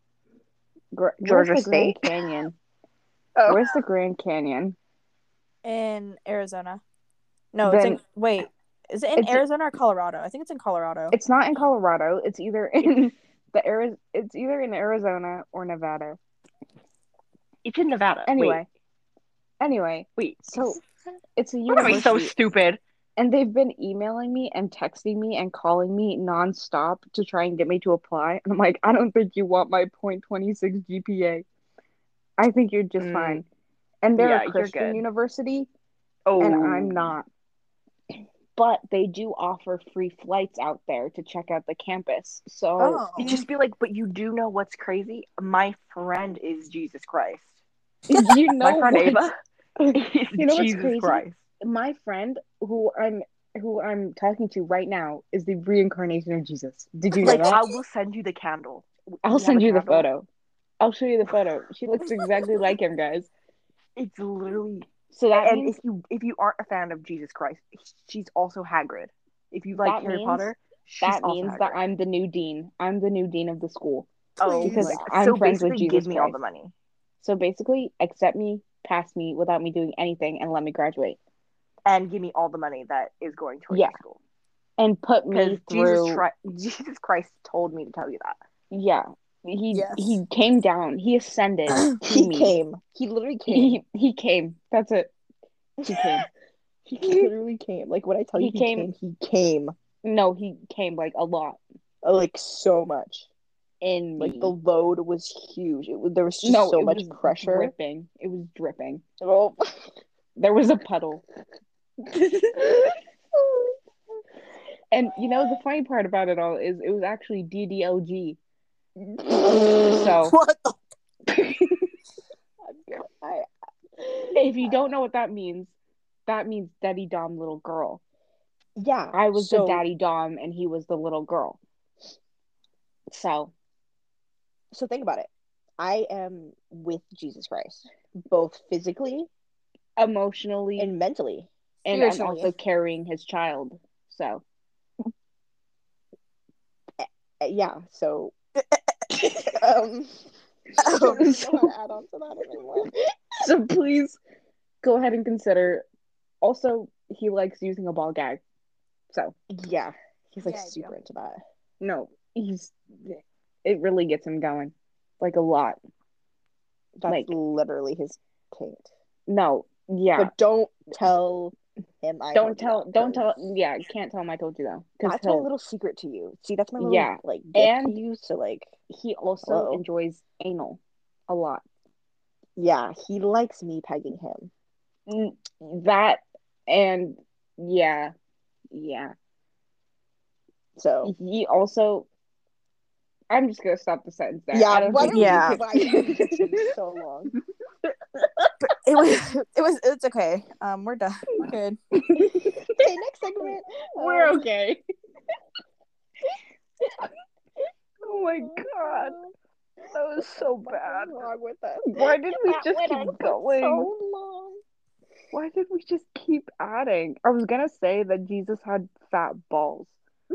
S1: Gr-
S3: Georgia
S1: where's the Grand
S3: State?
S1: Canyon.
S5: Oh.
S1: Where's the Grand Canyon?
S3: In Arizona. No, it's in
S1: Then-
S3: wait. Is it in
S1: It's-
S3: Arizona or Colorado? I think it's in Colorado.
S1: It's not in Colorado. It's either in the Ari- It's either in Arizona or Nevada.
S5: It's in Nevada.
S1: Anyway, anyway,
S5: wait.
S1: so it's a
S5: You're gonna be
S1: university.
S5: so stupid.
S1: and they've been emailing me and texting me and calling me nonstop to try and get me to apply. And I'm like, I don't think you want my 0.26 GPA. I think you're just
S5: Mm.
S1: fine. And they're
S5: Yeah,
S1: a
S5: you're
S1: Christian
S5: good.
S1: university,
S5: Oh,
S1: and I'm not. But they do offer free flights out there to check out the campus. So
S2: Oh.
S5: It'd just be like, but you do know what's crazy? My friend is Jesus Christ.
S1: you know
S5: My friend
S1: what?
S5: Ava is
S1: You know what's
S5: Jesus
S1: crazy?
S5: Christ.
S1: my friend who I'm who I'm talking to right now is the reincarnation of Jesus. Did you know
S5: Like,
S1: that?
S5: I will send you the candle.
S1: I'll
S5: We have
S1: send
S5: a
S1: you the
S5: candle.
S1: photo. I'll show you the photo. She looks exactly like him, guys.
S5: It's literally.
S1: So that
S5: and
S1: means
S5: if you if you aren't a fan of Jesus Christ, she's also Hagrid. If you like
S1: That
S5: Harry
S1: means-
S5: Potter, she's
S1: that
S5: also
S1: means
S5: Hagrid.
S1: that I'm the new dean. I'm the new dean of the school.
S5: oh,
S1: because
S5: like,
S1: I'm
S5: so
S1: friends with
S5: basically
S1: Jesus
S5: Give me all
S1: Christ.
S5: the money.
S1: So basically, accept me, pass me without me doing anything, and let me graduate.
S5: and give me all the money that is going towards
S1: Yeah.
S5: the school.
S1: And put
S5: Because
S1: me
S5: Jesus,
S1: through.
S5: Shri- Jesus Christ told me to tell you that.
S1: yeah, he
S3: Yes.
S1: he came down. He ascended. to
S3: he
S1: me.
S3: came.
S1: He literally came. He, he came. That's it. He came.
S3: He literally came. Like when I tell
S1: He came-
S3: he came.
S1: no, he came like a lot
S3: Uh, Like so much.
S1: in me.
S3: load was huge. It was, there was
S1: Mm. no, it was Dripping. It was dripping.
S3: Oh.
S1: There was a puddle. And you know the funny part about it all is it was actually DDLG. So
S3: What the?
S1: I- if you don't know what that means, that means daddy dom little girl.
S3: Yeah,
S1: I was
S3: so-
S1: the daddy dom and he was the little girl. So
S3: So think about it. I am with Jesus Christ, both physically
S1: emotionally and,
S3: and mentally.
S1: and I'm
S3: spiritually.
S1: also carrying his child. So
S3: Uh, Yeah. So, um, I don't know how to add on to that anymore.
S1: so please go ahead and consider. Also, he likes using a ball gag. So
S3: Yeah, he's like
S5: Yeah, I do.
S3: super into that.
S1: no, he's it really gets him going, like a lot.
S3: That's
S1: Like-
S3: literally his taint.
S1: No, yeah,
S3: But don't tell him. I
S1: don't
S3: told you
S1: tell,
S3: that,
S1: don't
S3: 'cause
S1: tell. Yeah, can't tell him I told you though,
S3: That's my
S1: because
S3: little secret to you. See, that's my little
S1: Yeah,
S3: like gift
S1: and-
S3: to you. So like,
S1: he also
S3: Uh-oh.
S1: enjoys anal a lot.
S3: yeah, he likes me pegging him.
S1: Mm, That and yeah, yeah.
S3: So
S1: He also. I'm just gonna stop the sentence there. I
S3: yeah,
S1: don't
S3: why
S1: think
S3: don't
S1: we
S3: we- why
S1: can-
S3: are you taking so long? It was.
S2: It was.
S3: It's okay. Um, we're done. We're good. okay, next segment.
S1: We're
S3: Um,
S1: okay. oh my god, that was so bad.
S3: What's wrong with us?
S1: Why did we
S3: That
S1: just
S3: went
S1: keep
S3: on for
S1: going?
S3: So long.
S1: Why did we just keep adding? I was gonna say that Jesus had fat balls.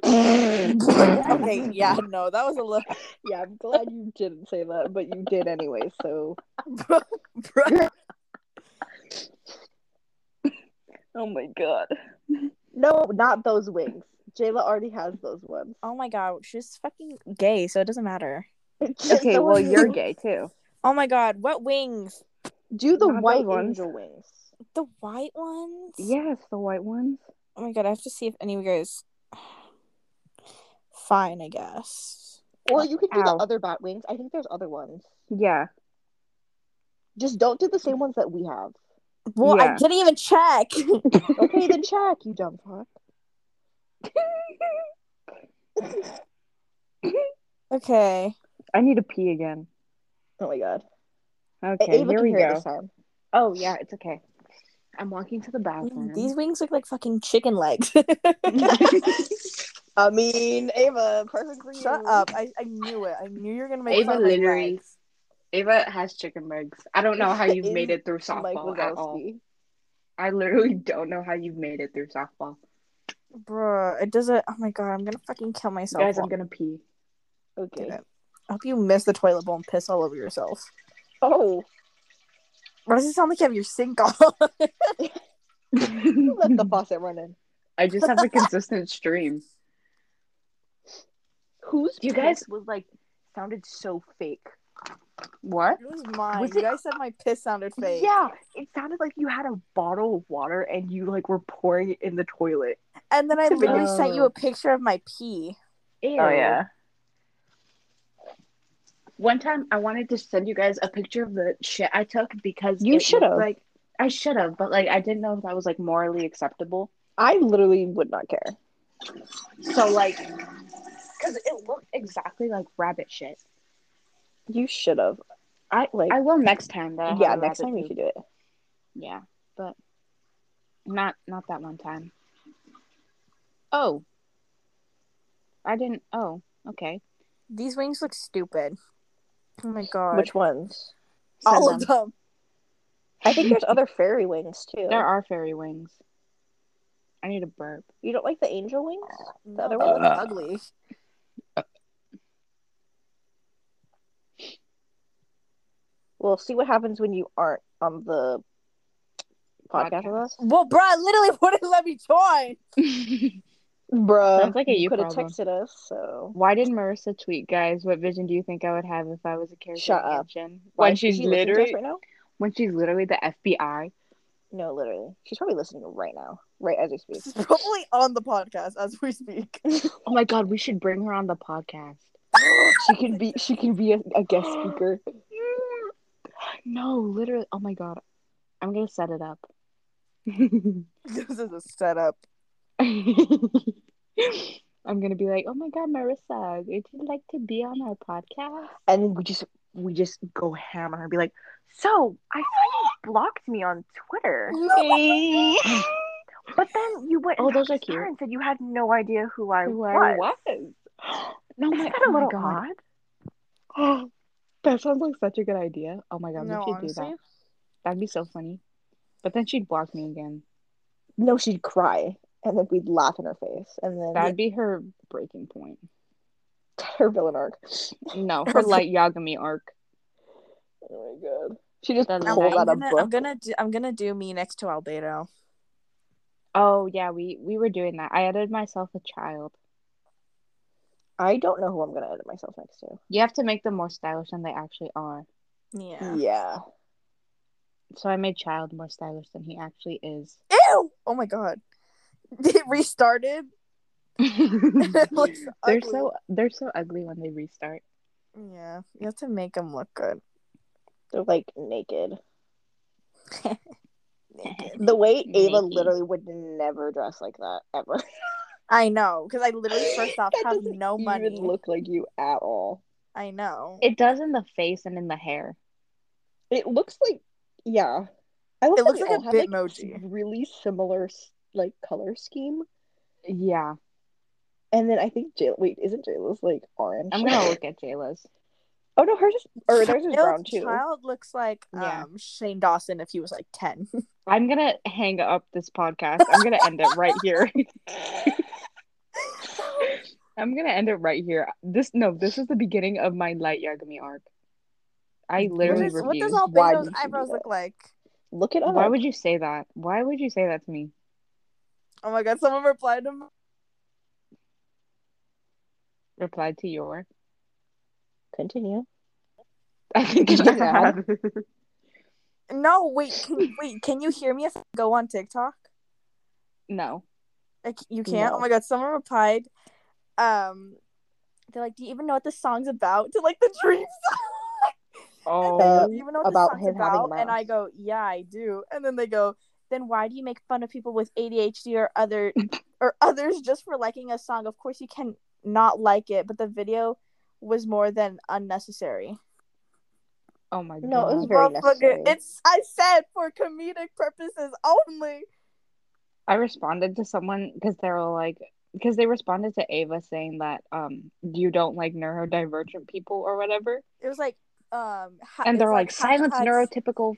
S1: Oh
S3: okay,
S2: yeah, no, that was a little.
S3: Yeah, I'm glad you didn't say that, but you did anyway. So
S1: Oh my god.
S3: no, not those wings. Jayla already has those ones.
S2: Oh my god, she's fucking gay, so it doesn't matter.
S1: Okay,
S3: Those
S1: well
S3: wings.
S1: you're gay too.
S2: Oh my god, what wings?
S3: Do the
S1: Not those
S3: white
S1: ones.
S3: angel wings.
S2: The white ones?
S1: Yes, the white ones.
S2: Oh my god, I have to see if any of you guys. Fine, I guess.
S3: Or you can do
S1: Ow.
S3: the other bat wings. I think there's other ones.
S1: Yeah.
S3: Just don't do the same ones that we have.
S2: Well,
S1: Yeah.
S2: I didn't even check.
S3: Okay, then check, you dumb fuck.
S2: okay.
S1: I need to pee again.
S3: Oh my god.
S1: Okay,
S3: Ava
S1: here
S3: can
S1: we
S3: hear it
S1: go.
S3: this time.
S1: Oh yeah, it's okay. I'm walking to the bathroom.
S2: These wings look like fucking chicken legs.
S3: I mean, Ava, perfect for you.
S2: Shut up. I, I knew it. I knew you were gonna make
S1: Ava
S2: fun of my
S1: literally-
S2: legs.
S1: Ava has chicken legs. I don't know how you've
S3: Is
S1: made it through
S3: Mike
S1: softball at all.
S3: Wazowski.
S1: I literally don't know how you've made it through softball.
S2: Bruh, it doesn't oh my god, I'm gonna fucking kill myself.
S1: Guys, I'm
S2: while
S1: gonna pee.
S2: I do
S3: Okay.
S2: it. I hope you miss the toilet bowl and piss all over yourself.
S3: Oh,
S2: Why does it sound like you have your sink on?
S3: who left the faucet running?
S1: I just have a consistent stream.
S3: Who's
S1: You guys was like sounded so fake. What?
S2: it was mine.
S1: Was
S2: you
S1: it-
S2: guys said my piss sounded fake.
S1: Yeah, it sounded like you had a bottle of water and you like were pouring it in the toilet.
S2: And then I
S1: To me-
S2: literally sent you
S1: Oh.
S2: a picture of my pee.
S1: Ew. One time I wanted to send you guys a picture of the shit I took because
S3: You
S1: it
S3: should've.
S1: looked Like I should have, but like I didn't know if that was like morally acceptable.
S3: I literally would not care.
S1: So like, because it looked exactly like rabbit shit.
S3: You should have. I like.
S1: I will next time. That I have
S3: yeah,
S1: a
S3: next
S1: rabbit
S3: time you
S1: poop.
S3: should do it.
S1: Yeah, but not not that one time. Oh, I didn't. Oh, okay.
S2: These wings look stupid. Oh my god.
S3: Which ones?
S2: all
S1: Send
S2: of them.
S3: I think there's other fairy wings too.
S1: There are fairy wings. I need a burp.
S3: You don't like the angel wings? The
S2: No,
S3: other
S2: they look
S3: ones?
S2: ugly.
S3: We'll see what happens when you aren't on the podcast with us.
S2: Well, bruh, I literally wouldn't let me join.
S3: Bruh.
S1: Sounds like a you
S3: could have
S1: problem.
S3: texted us, so.
S1: Why did Marissa tweet, guys? What vision do you think I would have if I was a character
S3: Shut
S1: in
S3: up.
S1: Mansion?
S3: Why
S1: When
S3: is she
S1: she's
S3: listening to us
S1: literally,
S3: right now?
S1: when she's literally the FBI.
S3: No, literally. She's probably listening right now, right as we speak.
S2: This is probably on the podcast as we speak.
S1: Oh my God, we should bring her on the podcast. she can be, she can be a, a guest speaker. Mm. no, literally. Oh my God, I'm gonna set it up.
S2: this is a setup.
S1: I'm gonna be like, oh my God, Marissa, would you like to be on our podcast?
S3: and then we just we just go ham on her and be like, so I saw you blocked me on Twitter, but then you went
S1: Oh, those are
S3: and
S1: cute.
S3: said you had no idea who I
S1: Who I
S3: was.
S1: was. No,
S3: Isn't
S1: my,
S3: that
S1: oh
S3: a
S1: my
S3: little
S1: God.
S3: odd?
S1: Oh, that sounds like such a good idea. Oh my god, we
S2: no,
S1: should do
S2: honestly.
S1: that. That'd be so funny. But then she'd block me again.
S3: No, she'd cry, and then we'd laugh in her face, and then
S1: That'd be her breaking point.
S3: her villain arc.
S1: No, her light Yagami arc.
S3: Oh my god, she just
S1: That
S3: pulls
S1: light-
S3: out a
S2: I'm, gonna,
S3: book.
S2: I'm gonna do I'm gonna do me next to Albedo.
S1: Oh yeah, we we were doing that. I added myself a child.
S3: I don't know who I'm gonna edit myself next to.
S1: You have to make them more stylish than they actually are.
S2: Yeah.
S3: yeah.
S1: So I made child more stylish than he actually is.
S2: Ew! Oh my god. It restarted. it looks
S1: they're
S2: ugly.
S1: so they're so ugly when they restart.
S2: Yeah. You have to make them look good.
S3: They're like naked.
S2: Naked.
S3: The way Ava
S1: Naked.
S3: literally would never dress like that ever.
S2: I know, because I literally first off
S3: That
S2: have
S3: doesn't
S2: no money.
S3: Even look like you at all.
S2: I know.
S1: It does in the face and in the hair.
S3: It looks like yeah. I
S2: It
S3: love that
S2: looks
S3: they
S2: like a
S3: all have,
S2: Bitmoji.
S3: really similar s- like color scheme,
S1: Yeah.
S3: and then I think Jayla. Wait, isn't Jayla's like orange?
S1: I'm gonna look at Jayla's.
S3: Oh no, hers is or theirs is
S2: Child's
S3: brown too.
S2: Child looks like um
S1: Yeah.
S2: Shane Dawson if he was like ten.
S1: I'm gonna hang up this podcast. I'm gonna end it right here. I'm gonna end it right here. This no, this is the beginning of my light Yagami arc. I
S2: what,
S1: literally
S2: is, what
S1: refuse.
S2: does
S3: Why
S2: Albedo's
S3: would you do
S2: eyebrows
S3: that?
S2: look like?
S3: Look it up.
S1: Why would you say that? Why would you say that to me?
S2: Oh my god, someone replied to me.
S1: Replied to your.
S3: continue?
S1: I think it's
S3: Yeah.
S2: No, wait, can, wait, can you hear me if I go on TikTok?
S1: No.
S2: I c- you can't.
S3: No.
S2: Oh my god, someone replied. Um, they're like, "Do you even know what this song's about?" To like the dream song. And they go,
S1: Oh,
S2: "Do you even know what
S3: uh, about
S2: this song's
S3: him having a
S2: about? And I
S3: mouse.
S2: go, "Yeah, I do." And then they go, "Then why do you make fun of people with ADHD or other or others just for liking a song? Of course you can not like it, but the video was more than unnecessary."
S1: Oh my god.
S3: No, it was very necessary.
S2: Motherfucker, it's I said for comedic purposes only.
S1: I responded to someone because they were like, because they responded to Ava saying that um you don't like neurodivergent people or whatever,
S2: It was like um ha-
S1: and
S2: it
S1: they're
S2: was
S1: like,
S2: ha-
S1: silence
S2: has-
S1: neurotypical.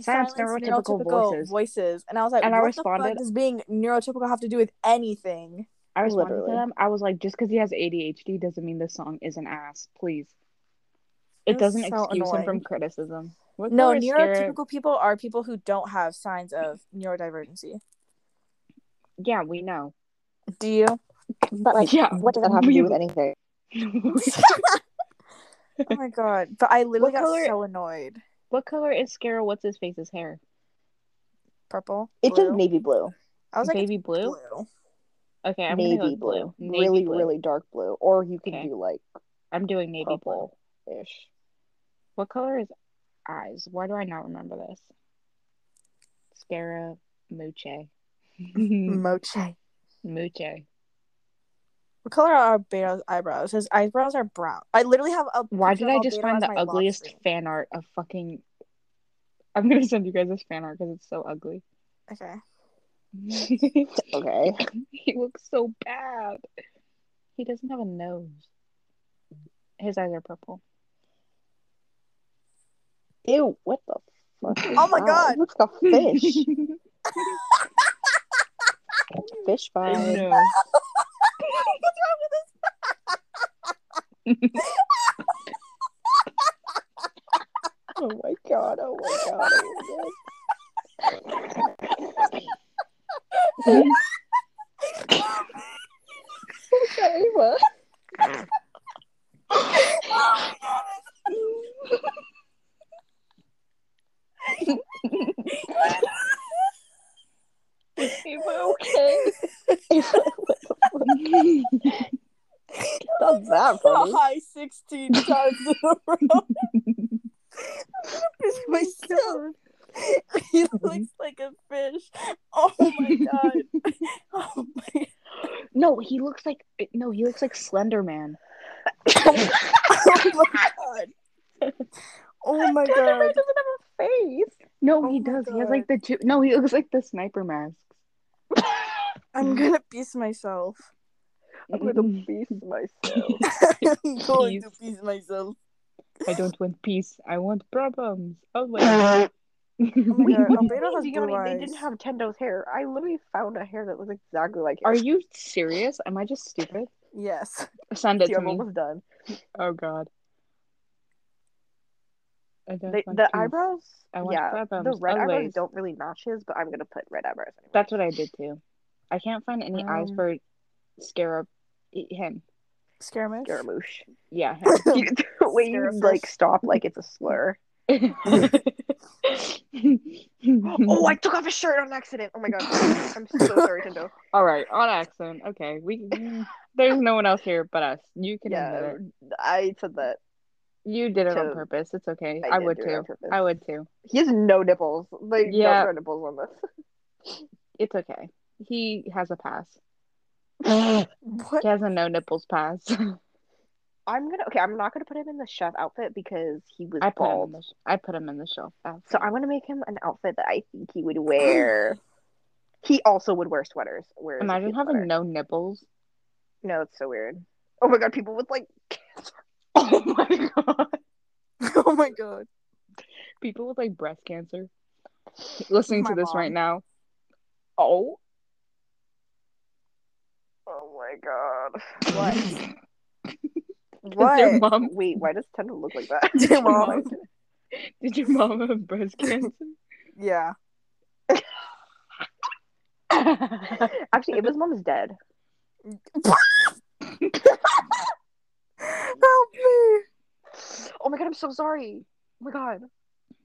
S1: silence neurotypical voices."
S2: And I was like,
S1: And I
S2: what the
S1: responded-
S2: fuck does being neurotypical have to do with anything?
S1: I responded
S3: Literally.
S1: to them. I was like, just because he has ADHD doesn't mean this song is an ass. Please,
S2: It
S1: it,
S2: was
S1: doesn't
S2: so
S1: excuse him from
S2: annoying.
S1: criticism. What
S2: No,
S1: color is Scarab?
S2: neurotypical people are people who don't have signs of neurodivergency.
S1: Yeah, we know.
S2: Do you?
S3: But like,
S1: yeah,
S3: what does that have to do with anything?
S2: Oh my god. But I
S1: What
S2: literally got
S1: color-
S2: so annoyed.
S1: what color is Scarab? What's his face's hair?
S2: Purple.
S3: It's
S2: blue.
S3: a navy blue,
S2: I was like,
S1: baby blue?
S2: it's blue.
S1: Okay, I'm gonna go
S3: navy
S1: with
S3: blue,
S1: blue. Navy
S3: really,
S1: blue.
S3: really dark blue, or you could
S1: Okay.
S3: do like
S1: I'm doing navy blue.
S3: purple ish.
S1: What color is eyes? Why do I not remember this? Scaramucci.
S2: Hmm.
S1: Mm.
S2: Moche.
S1: Muche.
S2: What color are Albedo's eyebrows? His eyebrows are brown. I literally have a.
S1: Why
S2: picture
S1: did
S2: of
S1: I just
S2: Albedo
S1: find
S2: as
S1: the
S2: my lock
S1: ugliest
S2: screen.
S1: fan art of fucking? I'm gonna send you guys this fan art because it's so ugly.
S2: Okay.
S3: Okay,
S1: he looks so bad. He doesn't have a nose. His eyes are purple.
S3: ew, what the fuck? is
S2: Oh my
S3: that?
S2: God.
S3: It looks like a fish, fish
S1: I
S3: vibe.
S1: know.
S2: What's wrong with this?
S3: Oh my god, oh my god, oh my god. Ava.
S2: Oh
S1: okay.
S3: Not
S2: Oh
S3: that funny.
S2: high 16 times in a row. Piss myself. He looks like a fish. Oh my god. Oh my
S1: No, he looks like no, he looks like Slender Man.
S2: oh my god. Oh my god.
S3: doesn't have a face.
S1: No,
S2: Oh
S1: he
S2: my
S1: does. He has like the two. No, he looks like the sniper masks.
S2: I'm gonna piss myself.
S3: I'm gonna piece myself.
S2: I'm going to piss myself.
S1: I don't want peace. I want problems. Oh my
S2: Oh my
S1: god.
S2: God, Albedo has blue
S3: They
S2: eyes.
S3: didn't have Tendo's hair. I literally found a hair that was exactly like
S1: Are
S3: his.
S1: you serious? Am I just stupid?
S2: Yes.
S1: Send it
S3: See,
S1: to
S3: I'm
S1: me.
S3: almost done.
S1: Oh god. I don't
S3: They,
S1: want
S3: the
S1: peace.
S3: eyebrows,
S1: I want
S3: yeah, the
S1: problems
S3: red eyebrows
S1: always.
S3: don't really notch his, but I'm gonna put red eyebrows. Anyway.
S1: That's what I did too. I can't find any eyes
S2: Um.
S1: for Scarab. e, Him.
S2: Scaramouche?
S3: Scaramouche.
S1: Yeah. him.
S3: You- the way you
S2: Scaramouche.
S3: like stop like it's a slur. oh, I took off his shirt on accident. Oh my god, I'm so sorry, Tendo.
S1: All right, on accident. Okay, we. There's no one else here but us. You can admit
S3: Yeah,
S1: it.
S3: I said that.
S1: You did it
S3: So,
S1: on purpose. It's okay.
S3: I
S1: I,
S3: did
S1: would
S3: do it on
S1: too.
S3: purpose.
S1: I would too.
S3: He has no nipples. Like
S1: Yeah.
S3: don't grow nipples on this.
S1: It's okay. He has a pass.
S2: What?
S1: He has a no nipples pass.
S3: I'm gonna okay. I'm not gonna put him in the chef outfit because he was
S1: I put him. In
S3: bald.
S1: the sh- I put him in the shelf. outfit.
S3: So I'm gonna make him an outfit that I think he would wear. he also would wear sweaters. Where
S1: Imagine having no nipples.
S3: no, it's so weird. Oh my god, people with like cancer.
S1: Oh my god.
S2: Oh my god.
S1: People with like breast cancer. Listening
S2: My
S1: to this right
S2: mom.
S1: now. Oh.
S3: Oh my god.
S2: What?
S1: Does your
S2: What?
S1: mom
S3: Wait, why does Tendo look like that?
S2: Your mom.
S1: did your mom have breast
S2: Yeah.
S1: cancer?
S3: Actually, Ava's mom is dead.
S2: Help me.
S3: Oh my god, I'm so sorry. Oh my god.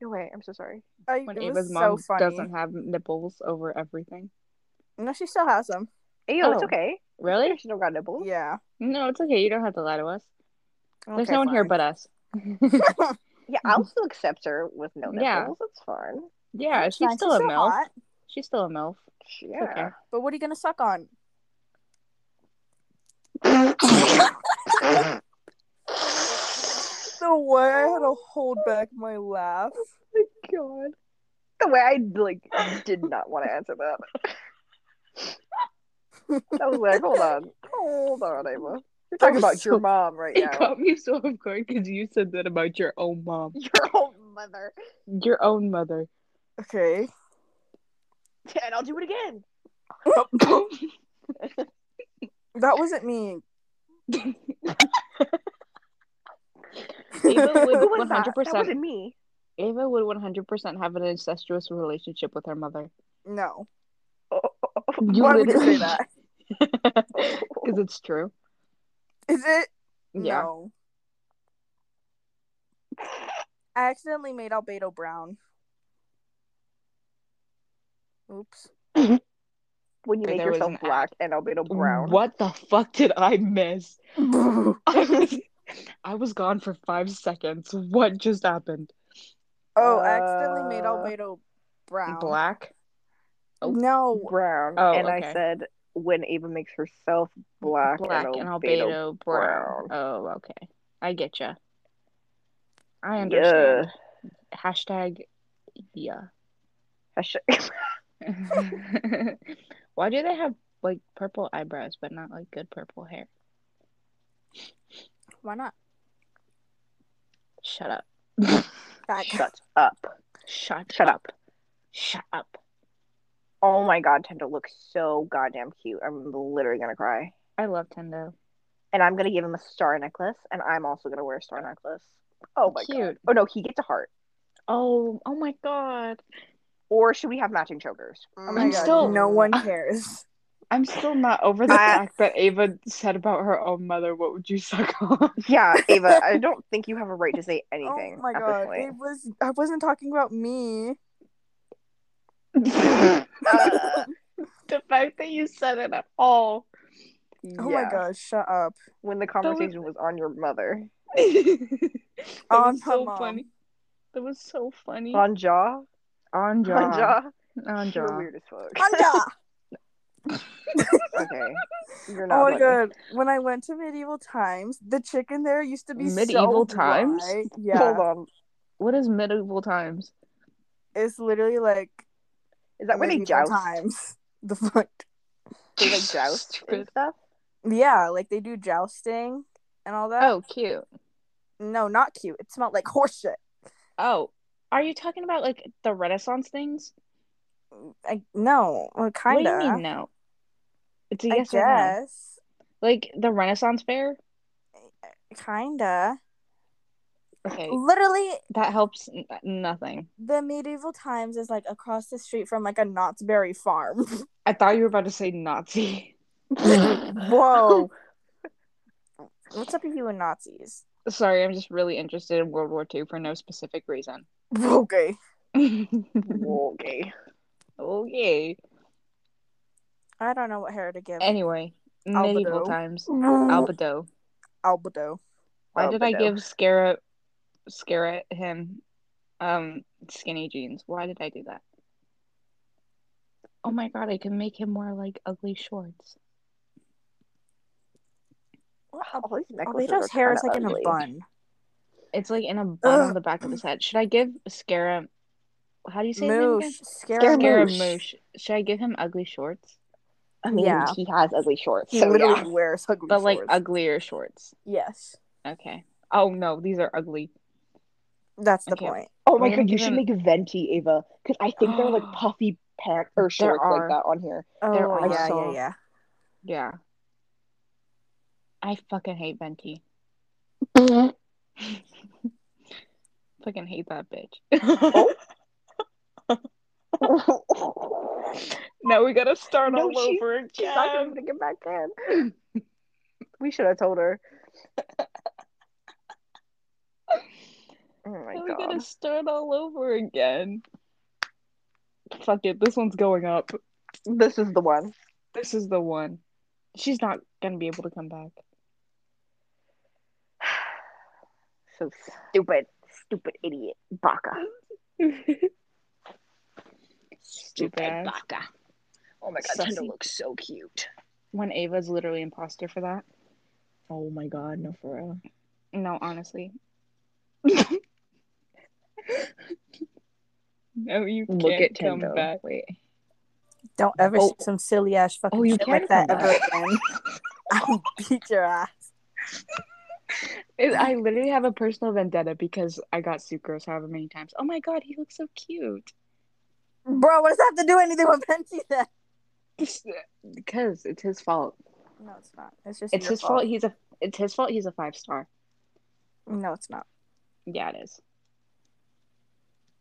S3: No way, I'm so sorry.
S2: I,
S1: when
S2: it
S1: Ava's
S2: was
S1: mom
S2: so funny.
S1: doesn't have nipples over everything.
S2: No, she still has them.
S3: Ew, it's
S1: Oh.
S3: okay.
S1: Really?
S3: She don't got nipples.
S2: Yeah.
S1: No, it's okay. You don't have to lie to us. There's
S2: Okay,
S1: no one here
S2: fine.
S1: but us.
S3: Yeah, I'll still accept her with no nipples.
S1: Yeah.
S3: That's fine.
S1: yeah, she's
S2: Fine,
S1: still a milf.
S2: hot,
S1: She's still a milf.
S3: Yeah.
S1: okay.
S2: But what are you gonna suck on? the way I had to hold back my laugh.
S3: my god. The way I like did not want to answer that. I was like, hold on. Hold on, Ava. You're talking about your mom right
S1: It
S3: now.
S1: caught me so off guard because you said that about your own mom,
S6: Your own mother.
S1: your own mother.
S2: Okay.
S6: And I'll do it again.
S2: That wasn't me.
S1: Ava would
S6: Who was that? That
S1: 100%.
S6: wasn't me.
S1: Ava would 100% have an incestuous relationship with her mother.
S2: No.
S1: You
S2: Why would you say that?
S1: Because it's true.
S2: Is it?
S1: Yeah.
S2: No. I accidentally made Albedo brown. Oops.
S3: when you
S1: There
S3: make
S1: was
S3: yourself
S1: an
S3: black and albedo brown.
S1: What the fuck did I miss? I was, I was gone for five seconds. What just happened?
S2: Oh, I accidentally made
S3: Uh,
S2: Albedo brown.
S1: Black? Oh.
S2: No.
S3: Brown.
S1: Oh,
S3: and I
S1: okay.
S3: said when Ava makes herself black,
S1: Black and albedo brown.
S3: brown.
S1: Oh, okay. I get ya. I understand. Hashtag yeah.
S3: Hashtag-
S1: Why do they have like purple eyebrows but not like good purple hair?
S2: Why not?
S1: Shut up.
S2: Back.
S3: Shut up.
S1: Shut
S3: Shut up.
S1: Shut up.
S3: Oh my god, Tendo looks so goddamn cute. I'm literally gonna cry.
S1: I love Tendo.
S3: And I'm gonna give him a star necklace, and I'm also gonna wear a star necklace. Oh my god.
S1: Cute.
S3: Oh no, he gets a heart.
S1: Oh, oh my god.
S3: Or should we have matching chokers?
S2: Oh my
S1: I'm
S2: god.
S1: still-
S2: No one cares.
S1: I'm still not over the
S3: I-
S1: fact that Ava said about her own mother, what would you suck on?
S3: Yeah, Ava, I don't think you have a right to say
S2: Oh
S3: anything.
S2: my
S3: at this
S2: god.
S3: point.
S2: It was I wasn't talking about me.
S3: Uh,
S1: the fact that you said it at all.
S2: Oh
S3: yeah,
S2: my gosh, shut up.
S3: When the conversation was on your mother.
S1: that
S2: On
S1: was
S2: her
S1: so
S2: mom.
S1: funny. That was so funny.
S3: On jaw?
S1: on
S3: On jaw?
S1: On
S3: You're weird as fuck.
S2: Anja!
S3: okay. You're not
S2: Oh my
S3: funny.
S2: god! When I went to medieval times, the chicken there used to be so
S1: Medieval times?
S2: dry. Yeah,
S3: Hold on.
S1: What is medieval times?
S2: it's literally like
S3: Is that where they
S2: medieval
S3: joust?
S2: times. The fuck?
S3: They like joust and
S1: Stupid.
S3: stuff?
S2: Yeah, like they do jousting and all that.
S1: Oh, cute.
S2: no, not cute. It smelled like horse shit.
S1: Oh, are you talking about like the Renaissance things?
S2: I no, well,
S1: What
S2: kinda.
S1: do you mean no? It's a
S2: I
S1: yes or no.
S2: guess,
S1: Like the Renaissance fair.
S2: kinda.
S1: Okay,
S2: Literally,
S1: that helps n- nothing.
S2: the medieval times is like across the street from like a Knott's Berry farm.
S1: I thought you were about to say Nazi.
S2: Whoa. What's up with you and Nazis?
S1: Sorry, I'm just really interested in World War II for no specific reason.
S2: Okay.
S3: Okay.
S1: Oh, okay.
S2: I don't know what hair to give.
S1: Anyway, medieval
S2: Albedo.
S1: times.
S2: Albedo.
S1: Albedo.
S2: Albedo.
S1: Why did I
S3: Albedo.
S1: give Scarra, Scarra him, um, skinny jeans? Why did I do that? Oh my god, I can make him wear like ugly shorts.
S3: All these necklaces
S2: Albedo's
S3: are
S2: hair is
S3: kinda
S2: like in a
S3: ugly.
S2: bun.
S1: It's like in a bun on
S2: Ugh.
S1: the back of his head. Should I give Scarra? How do you say
S2: Moosh.
S1: his name? Again?
S2: Scaramouche.
S1: Scaramouche. Should I give him ugly shorts?
S3: I mean,
S2: Yeah.
S3: he has ugly shorts.
S2: He
S3: so
S2: literally
S3: yeah.
S2: wears ugly
S1: But like
S2: shorts.
S1: uglier shorts.
S2: yes.
S1: Okay. Oh no, these are ugly.
S2: That's the
S1: Okay.
S2: point.
S3: Oh my
S1: We're
S3: god,
S1: gonna
S3: you
S1: give
S3: should
S1: him-
S3: make venti, Ava. Because I think they're like puffy pants or shorts
S1: are.
S3: like that on here.
S2: Oh,
S1: There are
S2: yeah, yeah,
S3: some.
S2: yeah.
S1: Yeah. I fucking hate Venti. fucking hate that
S3: Oh.
S1: bitch. now we gotta start
S3: No, Oh
S1: all
S3: she's-
S1: over
S3: She's not gonna
S1: again.
S3: make it back in. we should have told her. Oh my
S1: Now we
S3: god.
S1: gotta start all over again. Fuck it, this one's going up.
S3: This is the one.
S1: This is the one. She's not gonna be able to come back.
S3: So stupid, stupid idiot. Baka.
S1: Stupid ass.
S3: Baka. Oh my god,
S1: Sussy.
S3: Tendo looks so cute.
S1: When Ava's literally imposter for that.
S3: Oh my god, no for real.
S1: No, honestly. No, you can't
S3: Look at
S1: come
S3: Tindo.
S1: back.
S3: Wait.
S2: Don't ever
S3: Oh.
S2: shoot some silly ass fucking
S3: Oh, you
S2: shit
S3: can
S2: like that
S3: come
S2: ever again. I'll beat your ass.
S1: It- I literally have a personal vendetta because I got sucrose however many times. Oh my god, he looks so cute.
S2: Bro, what does that have to do anything with Benji then?
S1: Because it's his fault.
S2: No, it's not. It's just
S1: It's
S2: your
S1: his fault. He's a. It's his fault. He's a five star.
S2: No, it's not.
S1: Yeah, it is.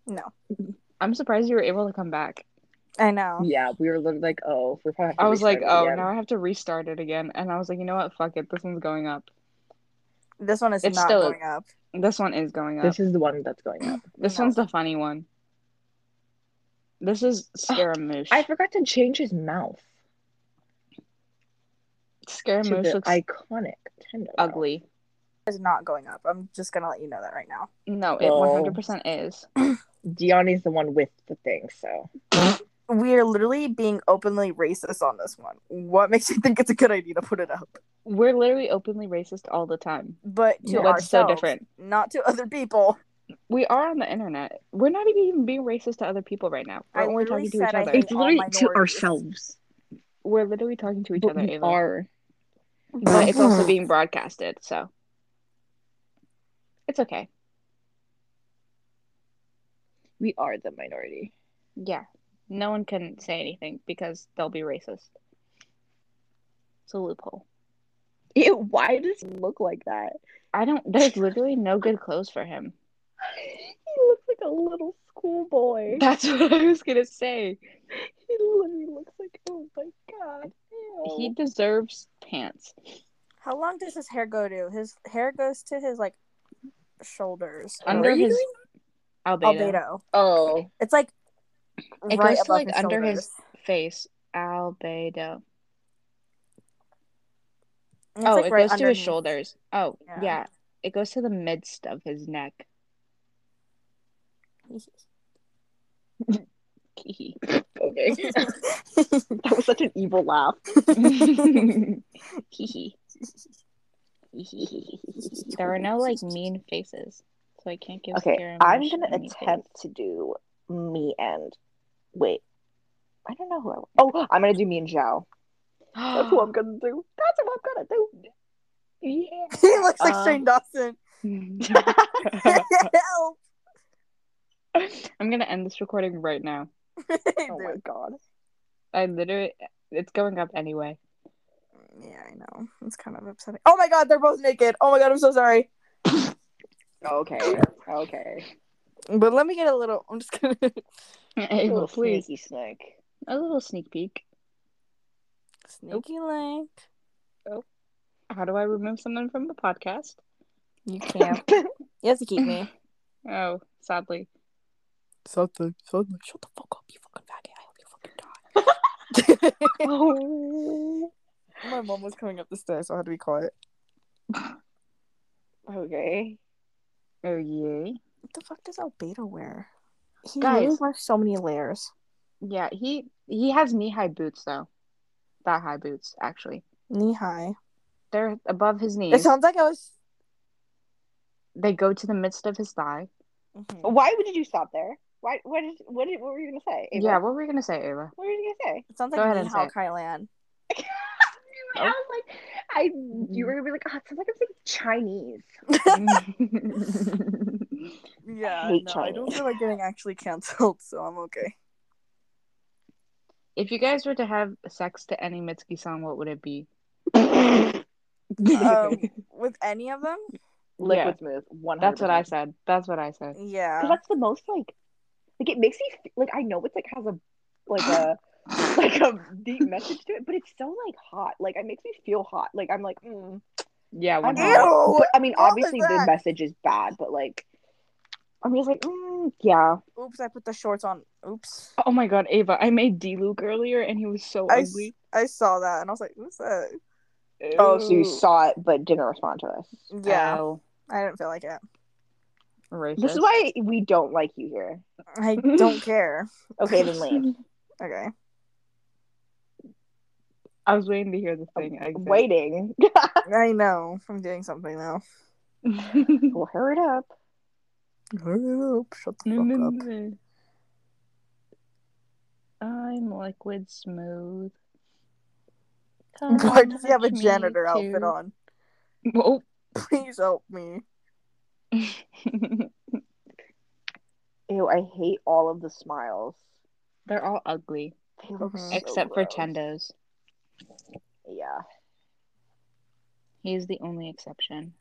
S2: No.
S1: I'm surprised you were able to come back.
S2: I know.
S3: Yeah, we were literally like, oh, we're probably.
S1: I was like, oh, now I have to restart it again. And I was like, you know what? Fuck it. This one's going up.
S2: This one is
S1: It's
S2: not
S1: still-
S2: going up.
S1: This one is going up.
S3: This
S1: This,
S3: is the one that's going up.
S2: no.
S1: one's the funny one. This is Scaramouche.
S3: I forgot to change his mouth to
S1: Scaramouche
S3: the
S1: looks
S3: iconic Tendo.
S1: ugly.
S2: It's not going up. I'm just gonna let you know that right now.
S1: No, it
S3: Well-
S1: 100% is.
S3: Diani's the one with the thing, so
S2: We are literally being openly racist on this one. What makes you think it's a good idea to put it up?
S1: We're literally openly racist all the time.
S2: But to
S7: Yeah.
S1: That's so
S2: ourselves,
S1: different.
S2: not to other people.
S1: We are on the internet. We're not even being racist to other people right now. We're
S2: I
S1: only
S2: literally
S1: talking to each
S2: said I
S1: other.
S2: hate- It's literally to
S3: ourselves.
S1: We're literally talking to each
S3: But
S1: other,
S3: we
S1: Ava.
S3: are.
S1: but it's also being broadcasted, so it's okay.
S3: We are the minority.
S1: Yeah, no one can say anything because they'll be racist. It's a loophole.
S3: Ew, why does he look like that?
S1: I don't. There's literally no good clothes for him.
S3: he looks like a little schoolboy.
S1: That's what I was gonna say.
S3: He literally looks like, oh my god. ew.
S1: He deserves pants.
S2: How long does his hair go to? His hair goes to his like shoulders.
S3: Where
S1: under
S3: are you
S1: his
S3: going?
S1: albedo,
S2: albedo.
S3: Oh,
S2: It's like
S1: it
S2: right
S1: goes
S2: above
S1: to like
S2: his
S1: under his
S2: shoulders.
S1: face. Albedo.
S2: And it's,
S1: Oh,
S2: like,
S1: it
S2: right
S1: goes to his
S2: underneath.
S1: shoulders. Oh,
S2: Yeah.
S1: yeah. It goes to the midst of his neck.
S3: okay. that was such an evil laugh.
S1: there are no like mean faces, so I can't give.
S3: Okay,
S1: Sarah
S3: I'm
S1: Mish
S3: gonna
S1: any
S3: attempt to do me and wait. I don't know who I. Oh, I'm gonna do me and Zhao. That's who I'm gonna do. That's who I'm gonna do. Yeah.
S2: he looks like
S1: Um,
S2: Shane Dawson.
S1: favor.
S2: Help!
S1: I'm gonna end this recording right now.
S3: Oh my god.
S1: I literally, it's going up anyway.
S2: Yeah, I know. It's kind of upsetting. Oh my god, they're both naked. Oh my god, I'm so sorry.
S3: Okay. Okay.
S2: But let me get a little. I'm just gonna.
S1: Hey,
S3: Little
S1: please,
S3: sneaky snake.
S1: a little sneak peek.
S2: Sneaky link.
S1: How do I remove someone from the podcast?
S2: You can't. you have to keep me.
S1: Oh, sadly.
S7: Something, something.
S2: Shut the fuck up, you fucking faggot. I hope you fucking die.
S1: Oh.
S2: my mom was coming up the stairs, so I had to be quiet.
S3: Okay.
S1: Oh yeah.
S2: What the fuck does Albedo wear? He
S1: Guys.
S2: really wears so many layers.
S1: Yeah, he he has knee high boots though. That high boots actually.
S2: Knee high.
S1: They're above his
S2: It
S1: knees.
S2: sounds like I was.
S1: They go to the midst of his thigh.
S2: Mhm.
S3: Why would you stop there? Why? What did? What did? What were you gonna say? Ava?
S1: Yeah, what were you gonna say, Ava?
S3: What were you gonna say?
S2: It sounds
S1: Go
S2: like
S1: ahead
S2: Knee
S1: and
S2: High
S1: say it.
S2: Kylan.
S3: I
S1: Oh.
S3: was like, I.
S1: Mm-hmm.
S3: You were gonna be like, oh, it sounds like I'm saying Chinese.
S2: Yeah,
S3: hate
S2: no, I don't
S3: Chinese.
S2: feel like getting actually canceled, so I'm okay.
S1: if you guys were to have sex to any Mitsuki song, what would it be?
S2: Um, with any of them?
S3: Liquid smooth. One.
S1: That's what I said. That's what I said.
S2: Yeah.
S3: Because that's the most like, like it makes me f- like I know it's like has a like a like a deep message to it, but it's so like hot. Like it makes me feel hot. Like I'm like, mm,
S1: Yeah,
S3: I'm
S1: one
S2: Ew!
S1: hundred.
S3: hot. But, I mean,
S2: What was
S3: obviously the
S2: that?
S3: message is bad, but like, I'm just like, mm, yeah.
S2: Oops, I put the shorts on. Oops.
S1: Oh my god, Ava, I made D Luke earlier and he was so
S2: I, s-
S1: ugly.
S2: I saw that and I was like, what's that?
S3: Oh, so you
S1: Ew.
S3: saw it but didn't respond to us.
S2: Yeah.
S1: Ow.
S2: I didn't feel like it.
S1: Racist.
S3: This is why we don't like you here.
S2: I don't care.
S3: Okay, then leave.
S2: Okay.
S1: I was waiting to hear the thing. exit.
S3: Waiting.
S2: I know. I'm doing something now.
S3: Well, hurry up.
S4: Hurry up, shut the fuck up.
S1: I'm liquid smooth. Come
S2: Why does he have a
S1: touch me
S2: janitor outfit
S1: too.
S2: on?
S1: Oh.
S2: Please help me.
S3: Ew, I hate all of the smiles.
S1: They're all ugly
S3: They look
S2: Mhm.
S3: so
S1: Mm-hmm. except
S3: gross.
S1: for Tendo's.
S3: Yeah.
S1: He is the only exception.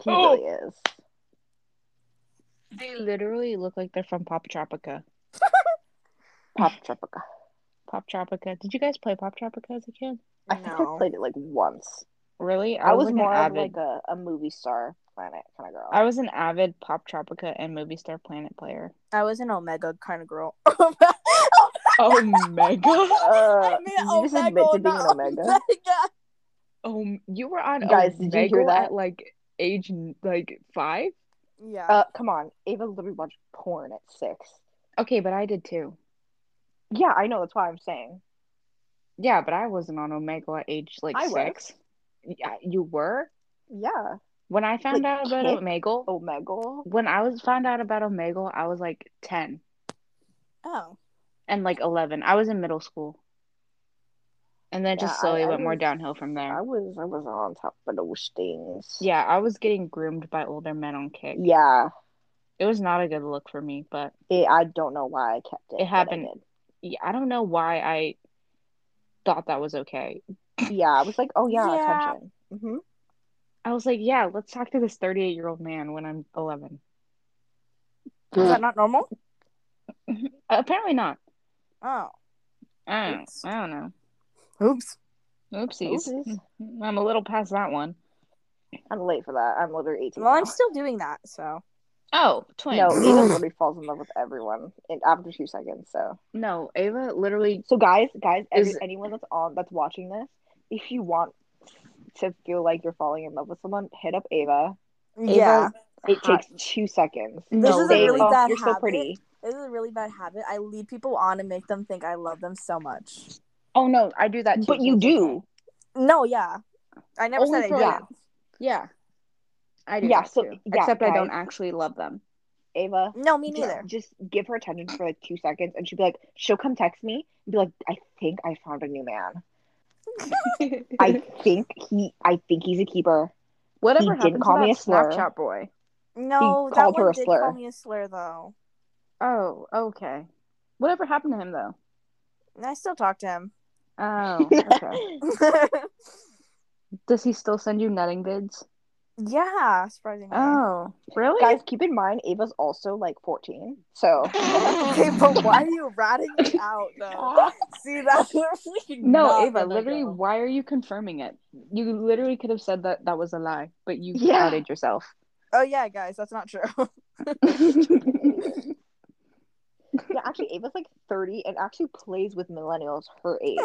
S3: He
S1: Oh.
S3: really is.
S1: They literally look like they're from Pop Tropica.
S3: Pop Tropica.
S1: Pop Tropica. Did you guys play Pop Tropica as a kid?
S3: I think I
S2: No.
S3: played it like once.
S1: Really?
S3: I, was,
S1: an
S3: more of
S1: avid.
S3: like a, a movie star planet kind of girl.
S1: I was an avid Pop Tropica and Movie Star Planet player.
S2: I was an Omega kind of girl.
S1: Oh mega!
S3: Uh,
S2: I mean,
S3: did you just
S2: Omega,
S3: admit to being an
S2: not
S3: Omega?
S1: Oh, you were on
S3: Guys, did you
S1: Omegle
S3: hear that?
S1: at like age n- like five?
S2: Yeah.
S3: Uh, come on. Ava literally watched porn at six.
S1: Okay, but I did too.
S3: Yeah, I know. That's why I'm saying.
S1: Yeah, but I wasn't on Omegle at age like
S3: I was.
S1: six. Yeah, you were.
S3: Yeah.
S1: When I found
S3: Like,
S1: out about
S3: kid-
S1: Omegle,
S3: Omegle.
S1: when I was found out about Omegle, I was like ten
S2: oh.
S1: and like eleven. I was in middle school, and then it
S3: Yeah,
S1: just
S3: I-
S1: slowly
S3: I
S1: went more
S3: was-
S1: downhill from there.
S3: I was I was on top of those things.
S1: yeah, I was getting groomed by older men on kick.
S3: Yeah.
S1: It was not a good look for me, but
S3: It, I don't know why I kept it. but I
S1: happened.
S3: did.
S1: yeah, I don't know why I thought that was okay.
S3: Yeah, I was like, oh yeah,
S2: Yeah.
S3: attention. hmm
S1: I was like, yeah, let's talk to this 38 year old man when I'm 11.
S2: Is that not normal?
S1: Uh, Apparently not.
S2: Oh.
S1: I don't,
S2: Oops.
S1: I don't know.
S4: Oops.
S1: Oopsies.
S3: Oopsies.
S1: I'm a little past that one.
S3: I'm late for that. I'm literally 18.
S2: Well, I'm
S3: now.
S2: still doing that, so.
S1: Oh, twins.
S3: No, Ava literally falls in love with everyone in, after two seconds. So,
S1: No, Ava literally.
S3: so guys, guys, every,
S1: Is-
S3: anyone that's on that's watching this, if you want to feel like you're falling in love with someone, hit up Ava.
S2: yeah.
S3: It
S1: Hot.
S3: takes two seconds.
S2: This
S1: No,
S2: is a
S3: Say,
S2: really
S3: "Oh,
S2: bad
S3: You're so
S2: habit.
S3: pretty.
S2: This is a really bad habit. I lead people on and make them think I love them so much.
S1: Oh, no, I do that too.
S3: But
S1: so
S3: you
S1: it's
S3: do.
S1: okay.
S2: No, yeah. I never
S1: Only
S2: said
S1: for
S2: I
S3: like-
S2: didn't.
S1: Yeah. I do.
S3: Yeah,
S1: that
S3: so-
S1: too.
S3: yeah,
S1: Except I don't
S3: guys.
S1: actually love them.
S3: Ava,
S2: No, me
S3: ju-
S2: neither.
S3: Just give her attention for like two seconds, and she'd be like, she'll come text me and be like, I think I found a new man. I think he, I think he's a keeper.
S1: Whatever
S3: didn't
S1: happened
S3: call
S1: to
S3: me
S1: that
S3: a slur.
S1: Snapchat boy?
S2: No,
S3: He
S2: that
S3: called her
S2: one
S3: a
S2: did
S3: slur.
S2: call me a slur, though.
S1: Oh, okay. Whatever happened to him, though?
S2: And I still talk to him.
S1: Oh, okay. Does he still send you netting bids?
S2: yeah, surprisingly.
S1: Oh, really?
S3: Guys, keep in mind, Ava's also like 14. So,
S2: Okay, but why are you ratting me out though? See, that's freaking
S1: no,
S2: not
S1: Ava,
S2: gonna
S1: literally,
S2: go.
S1: why are you confirming it? You literally could have said that that was a lie, but you
S3: Yeah.
S1: outed yourself.
S2: Oh yeah, guys, that's not true.
S3: yeah, actually, Ava's like 30 and actually plays with millennials her age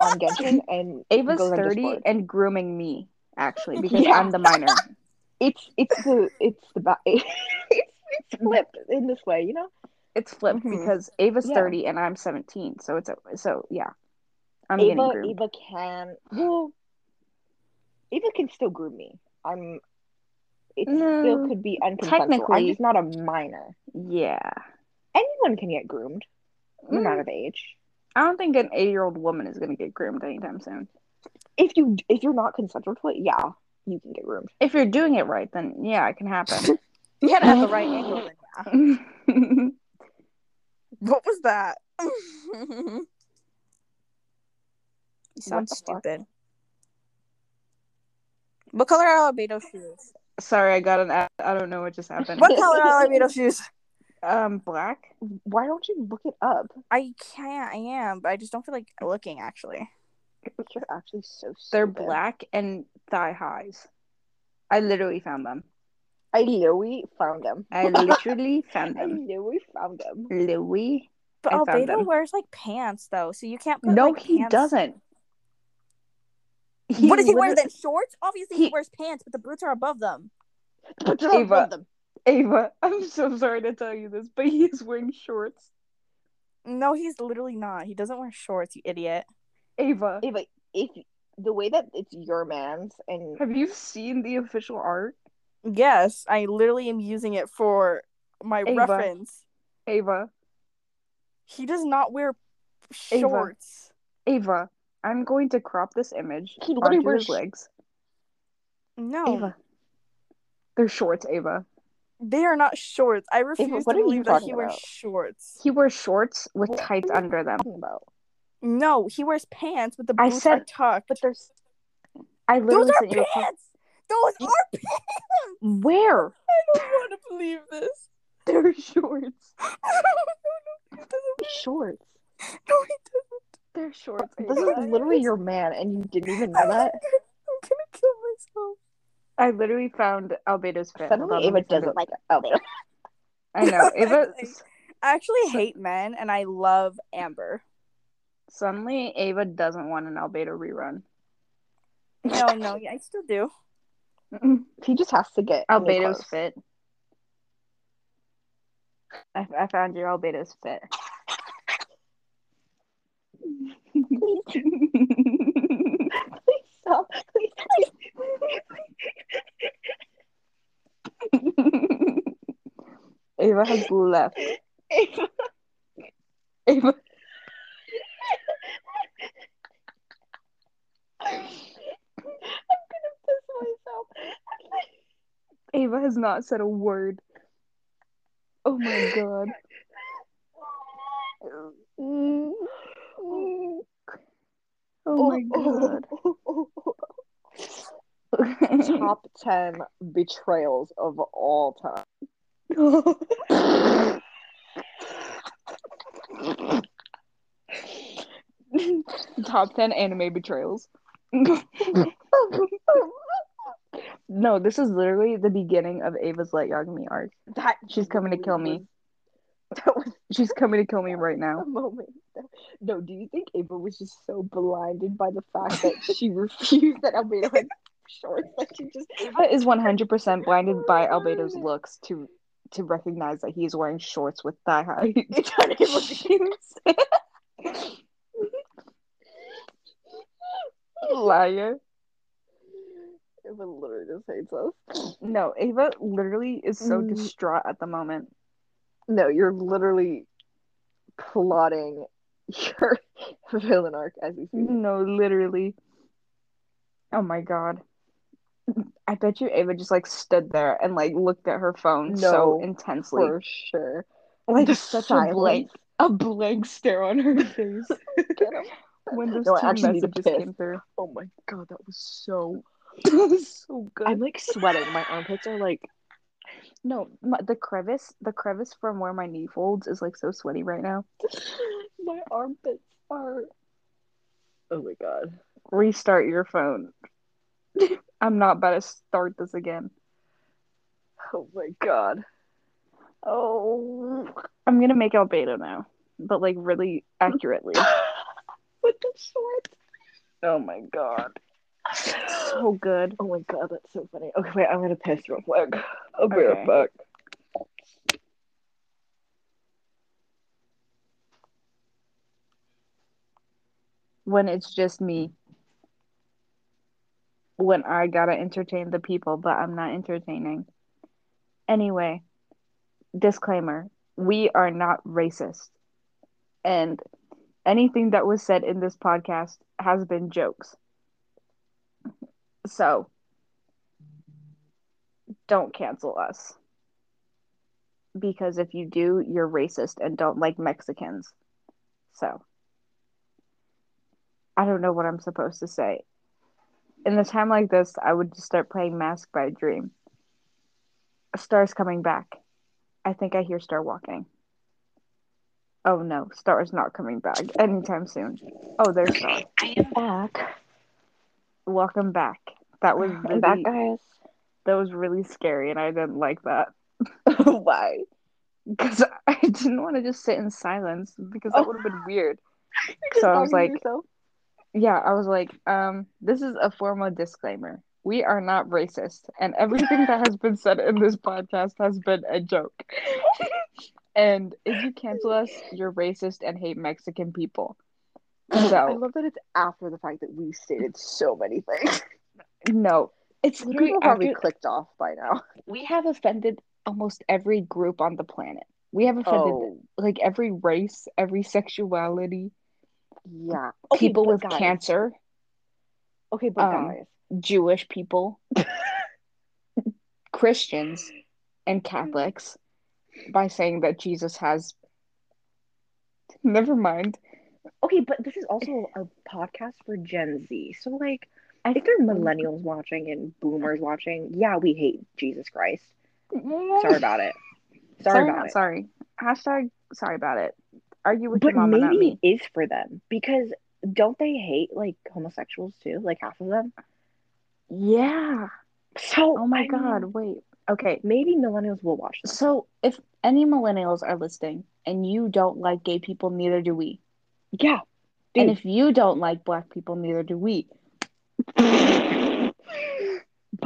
S3: on Genshin. And
S1: Ava's
S3: goes on
S1: 30
S3: Discord.
S1: and grooming me, actually, because
S3: Yeah.
S1: I'm the minor.
S3: It's, it's the, it's the, ba- it's, it's flipped in this way, you know?
S1: It's flipped
S2: Mhm.
S1: because Ava's
S3: Yeah.
S1: 30 and I'm 17, so it's a, so yeah. I'm getting
S3: Ava,
S1: groomed.
S3: Ava can, well, Ava can still groom me. I'm, it
S1: No.
S3: still could be unconsensual. I'm
S1: Technically-
S3: just not a minor.
S1: Yeah.
S3: Anyone can get groomed, no
S2: Mm-hmm.
S1: Mm.
S3: matter the age.
S1: I don't think an 8-year-old woman is going to get groomed anytime soon.
S3: if you if you're not consensual to it, yeah, you can get groomed.
S1: If you're doing it right, then yeah, it can happen.
S2: You gotta have the right angle. Then, yeah. What was that? you sound
S3: the fuck?
S2: stupid. What color are albedo shoes?
S1: Sorry, I got an ad. I don't know what just happened.
S2: What color are albedo shoes?
S1: Um, black.
S3: Why don't you look it up?
S2: I can't. I am, but I just don't feel like looking. Actually,
S3: You're actually so stupid.
S1: They're black and thigh highs. I literally found them.
S3: I literally found them.
S1: I literally found
S3: I
S1: them.
S3: literally found them.
S1: Louis.
S2: but
S1: I found
S2: albedo
S1: them.
S2: wears like pants though, so you can't put.
S1: No,
S2: like,
S1: he
S2: pants-
S1: doesn't.
S2: What does he wear
S1: literally-
S2: then? Shorts? Obviously, he
S1: He-
S2: wears pants, but the boots are above them.
S3: But you don't
S1: Ava.
S3: love them.
S1: Ava, I'm so sorry to tell you this, but he is wearing shorts.
S2: No, he's literally not. He doesn't wear shorts, you idiot.
S1: Ava,
S3: Ava, if the way that it's your man's and
S1: have you seen the official art?
S2: Yes, I literally am using it for my
S1: Ava.
S2: reference.
S1: Ava,
S2: He does not wear shorts.
S1: Ava, I'm going to crop this image
S3: He literally
S1: onto
S3: wears-
S1: his legs.
S2: No,
S1: Ava, they're shorts. Ava,
S2: they are not shorts. I refuse
S3: what
S2: to
S3: are you
S2: believe that
S3: talking
S2: he wears
S3: about?
S2: shorts.
S1: he wears shorts with
S3: What?
S1: tights under them.
S3: Talking about.
S2: No, he wears pants, but the
S1: I
S2: boots are
S1: said-
S2: tucked.
S1: But there's, I
S2: Those
S1: literally
S2: are
S1: sent you a photo-
S2: pants. Those
S3: You-
S2: are pants.
S1: Where?
S2: I don't want to believe this.
S1: They're shorts.
S3: Shorts.
S2: No, he doesn't.
S1: They're shorts.
S3: This is
S1: Ava.
S3: literally your man, and you didn't even know that.
S2: I'm gonna kill myself.
S1: I literally found Albedo's fit. Hold on,
S3: Suddenly,
S1: let me
S3: Ava
S1: send
S3: doesn't
S1: it.
S3: like Albedo.
S1: I know. Ava.
S2: Like- I actually hate men, and I love Amber.
S1: Suddenly, Ava doesn't want an Albedo rerun.
S2: No, no, yeah, I still do.
S3: He just has to get new
S1: Albedo's
S3: clothes.
S1: fit. I, I found your Albedo's fit.
S3: Please stop. Please, please, please,
S1: Ava has left.
S3: please. Ava,
S1: Ava,
S3: piss myself.
S1: Ava has not said a word. Oh my god.
S3: Oh,
S1: Oh my god.
S3: Top 10 betrayals of all time.
S1: Top 10 anime betrayals. no, this is literally the beginning of Ava's Let Yagami arc.
S3: That
S1: She's coming to kill me.
S3: That was
S1: She's coming to kill me right
S3: a
S1: now.
S3: moment. No, do you think Ava was just so blinded by the fact that she refused that Albedo had shorts that she just
S1: Ava is 100% blinded by Albedo's looks to to recognize that he is wearing shorts with thigh high
S3: it's unable to
S1: shoes. Liar.
S3: Ava literally just hates us.
S1: No, Ava literally is so
S3: Mm.
S1: distraught at the moment.
S3: No, you're literally plotting your villain arc as we speak.
S1: No, literally. Oh my god. I bet you Ava just like stood there and like looked at her phone so
S3: No,
S1: intensely.
S3: For sure.
S1: Like
S3: The
S1: such a
S3: silence.
S1: blank a blank stare on her face
S3: Get him.
S1: when those
S3: No, I
S1: two
S3: actually need a
S1: messages
S3: piss.
S1: came through.
S3: Oh my god, that was so.
S1: That was so good.
S3: I'm like sweating. My armpits are like.
S1: no, my, the crevice, the crevice from where my knee folds is like so sweaty right now.
S3: My armpits are. Oh my god.
S1: Restart your phone. I'm not about to start this again.
S3: Oh my god. Oh.
S1: I'm gonna make Albedo now, but like really accurately.
S3: With the shorts.
S1: oh my god, so good.
S3: Oh my god, that's so funny. Okay, wait, I'm gonna piss real quick. I'll be
S1: Okay.
S3: right back.
S1: When it's just me. When I gotta entertain the people, but I'm not entertaining. Anyway, disclaimer we are not racist. And anything that was said in this podcast has been jokes. So don't cancel us. Because if you do, you're racist and don't like Mexicans. So I don't know what I'm supposed to say. In a time like this, I would just start playing Mask by Dream. A star's coming back. I think I hear Star walking. Oh no, Star is not coming back anytime soon. Oh, there's Star.
S3: I am back.
S1: Welcome back. That was really
S3: I'm back, guys.
S1: that was really scary, and I didn't like that
S3: Why?
S1: because I didn't want to just sit in silence because that
S3: Oh.
S1: would have been weird. So I was
S3: Talking to
S1: like,
S3: yourself?
S1: yeah, I was like, um, this is a formal disclaimer. We are not racist, and everything that has been said in this podcast has been a joke. and if you cancel us, you're racist and hate Mexican people.
S3: I
S1: So
S3: love that it's after the fact that we stated so many things.
S1: no, It's literally
S3: People
S1: after,
S3: probably clicked off by now.
S1: we have offended almost every group on the planet. We have offended
S3: Oh,
S1: like every race, every sexuality,
S3: yeah.
S1: people
S3: but
S1: with
S3: guys,
S1: cancer,
S3: Okay, but
S1: um,
S3: guys,
S1: Jewish people, Christians, and Catholics by saying that Jesus has. Never mind.
S3: Okay, but this is also a podcast for Gen Z. So, like, if there are millennials watching and boomers watching, yeah, we hate Jesus Christ. Sorry about it. Sorry,
S5: Sorry,
S3: about
S5: not
S3: it.
S5: sorry. Hashtag sorry about it. Argue with
S3: But
S5: your mama, not
S3: maybe
S5: me.
S3: it is for them because don't they hate like homosexuals too? Like half of them.
S5: Yeah.
S3: So,
S5: Oh my
S3: I mean,
S5: god, wait. Okay.
S3: maybe millennials will watch this.
S1: So, if any millennials are listening and you don't like gay people, neither do we.
S3: Yeah,
S1: And
S3: Dude.
S1: if you don't like black people, neither do we.
S3: but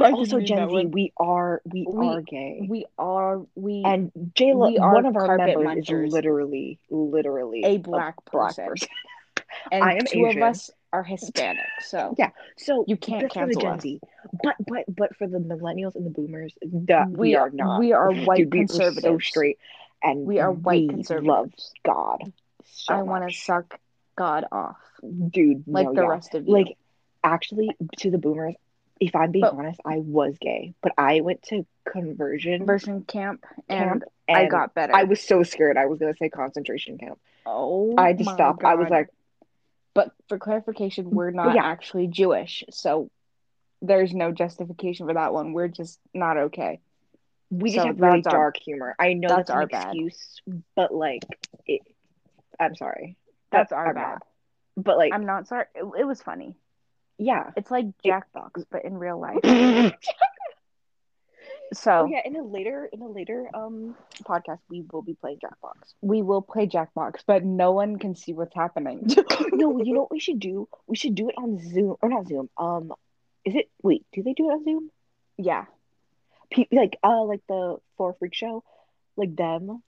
S1: didn't
S3: also
S1: do
S3: Gen
S1: that
S3: Z,
S1: one.
S3: we are we,
S1: We-
S3: are gay,
S1: We are we
S3: and Jayla,
S1: we are
S3: one of our
S1: carpet
S3: members
S1: munchers.
S3: is literally, literally
S1: a black
S3: black
S1: person.
S3: person.
S1: And
S3: I am
S1: two
S3: Asian.
S1: of us are Hispanic. So
S3: Yeah, so
S1: You can't
S3: that's for the
S1: cancel
S3: Gen
S1: us.
S3: Z, but but but for the millennials and the boomers, duh, we,
S1: We-
S3: are not.
S1: we are white
S3: Dude, we were so
S1: conservatives.
S3: straight, and
S1: we are white
S3: we Love
S1: conservatives.
S3: God. So
S1: I want to suck God off.
S3: to, dude.
S1: Like
S3: no,
S1: the
S3: yeah.
S1: rest of you.
S3: Like, actually, to the boomers, if I'm being
S1: But-
S3: honest, I was gay, but I went to conversion
S1: conversion camp and
S3: camp,
S1: I
S3: and
S1: got better.
S3: I was so scared. I was gonna say concentration camp.
S1: oh
S3: I just
S1: my
S3: stopped. I was
S1: God.
S3: like,
S1: But for clarification, we're not
S3: yeah.
S1: actually Jewish, so there's no justification for that one. We're just not okay.
S3: we just
S1: So
S3: have really
S1: that's our-
S3: dark humor. I know
S1: that's
S3: that's, an
S1: our bad.
S3: excuse, but like, it, I'm sorry.
S5: That's
S3: That-
S5: our
S3: I'm
S5: bad.
S3: not. But like,
S5: I'm not sorry. It, it was funny.
S3: yeah.
S5: It's like Jackbox, but in real life.
S3: oh
S5: So
S3: yeah, in a later in a later um podcast, we will be playing Jackbox.
S1: We will play Jackbox, but no one can see what's happening.
S3: no, you know what we should do? We should do it on Zoom or not Zoom. Um, is it? Wait, do they do it on Zoom?
S1: yeah.
S3: Pe- like uh, like the Four Freak Show, like them.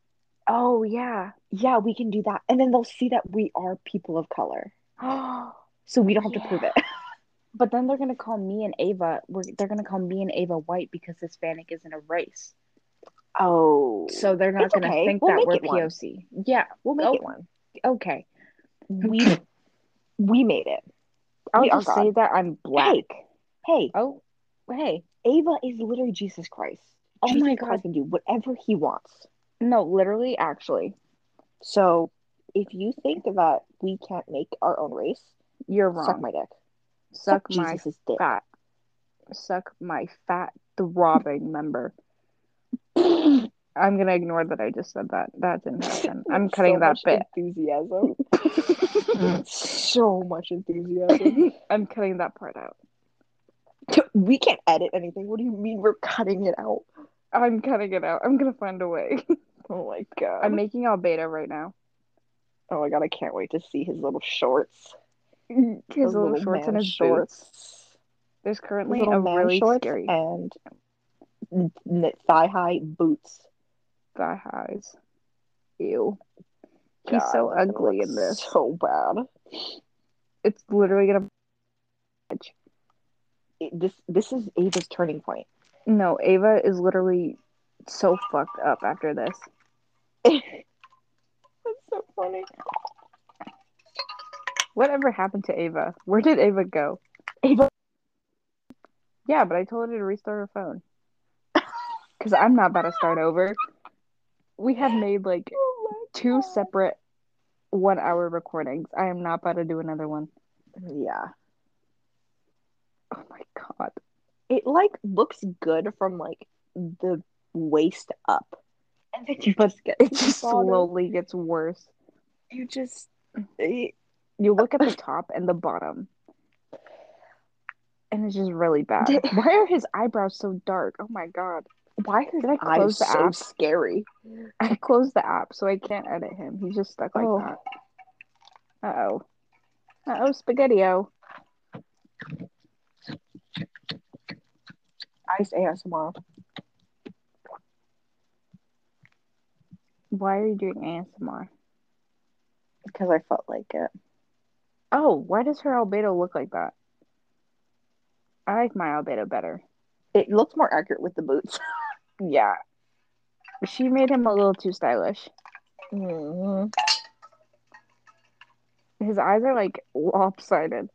S5: Oh yeah.
S3: Yeah, we can do that, and then they'll see that we are people of color, so we don't have to prove it.
S1: But then they're gonna call me and Ava. We're, they're gonna call me and Ava white because Hispanic isn't a race.
S3: Oh,
S1: So they're not
S3: It's
S1: gonna
S3: okay.
S1: think
S3: We'll
S1: that
S3: make
S1: we're
S3: it one.
S1: POC. Yeah.
S3: we'll make
S1: oh,
S3: it one.
S1: Okay.
S3: We we made it.
S1: I'll
S3: We are
S1: just say
S3: God.
S1: that I'm black.
S3: Hey, hey,
S1: Oh, hey.
S3: Ava is literally Jesus Christ.
S1: Oh
S3: Jesus
S1: my God.
S3: Christ can do whatever he wants.
S1: No, literally, actually,
S3: So if you think that we can't make our own race,
S1: you're wrong.
S3: suck my dick.
S1: Suck
S3: Suck
S1: my
S3: Jesus' dick.
S1: fat. Suck my fat throbbing member. I'm gonna ignore that I just said that. That didn't happen. I'm cutting
S3: so
S1: that
S3: much
S1: bit.
S3: Enthusiasm. so much enthusiasm.
S1: I'm cutting that part out.
S3: we can't edit anything. What do you mean we're cutting it out?
S1: I'm cutting it out. I'm gonna find a way.
S3: Oh my god.
S1: I'm making all beta right now.
S3: oh my god, I can't wait to see his little shorts.
S1: His
S3: Those
S1: little, shorts
S3: man
S1: and his shorts.
S3: shorts.
S1: There's currently
S3: Little
S1: a
S3: man
S1: really
S3: shorts
S1: scary
S3: and n- n- thigh-high boots.
S1: thigh highs. Ew. He's
S3: God,
S1: so
S3: that's gonna
S1: ugly
S3: look
S1: in this.
S3: So bad.
S1: It's literally gonna.
S3: It- this this is Ava's turning point.
S1: No, Ava is literally so fucked up after this.
S3: that's so funny.
S1: Whatever happened to Ava? Where did Ava go? Ava. Yeah, but I told her to restart her phone. Because I'm not about to start over. We have made like two separate one hour recordings. I am not about to do another one.
S3: Yeah,
S1: Oh my god.
S3: it like looks good from like the waist up, and then you just get
S1: It just
S3: slowly.
S1: slowly gets worse.
S3: You just it,
S1: You look at the top and the bottom. And it's just really bad.
S3: Did-
S1: Why are his eyebrows so dark? Oh my god.
S3: why are his
S1: Did I
S3: eyes
S1: close the
S3: so
S1: app?
S3: scary?
S1: I closed the app so I can't edit him. He's just stuck like
S3: Oh.
S1: that. Uh oh. Uh oh, Spaghetti-O.
S3: Eyes ASMR.
S1: Why are you doing ASMR?
S3: because I felt like it.
S1: Oh, why does her albedo look like that? I like my albedo better.
S3: It looks more accurate with the boots.
S1: Yeah. She made him a little too stylish.
S3: Mhm.
S1: His eyes are like lopsided.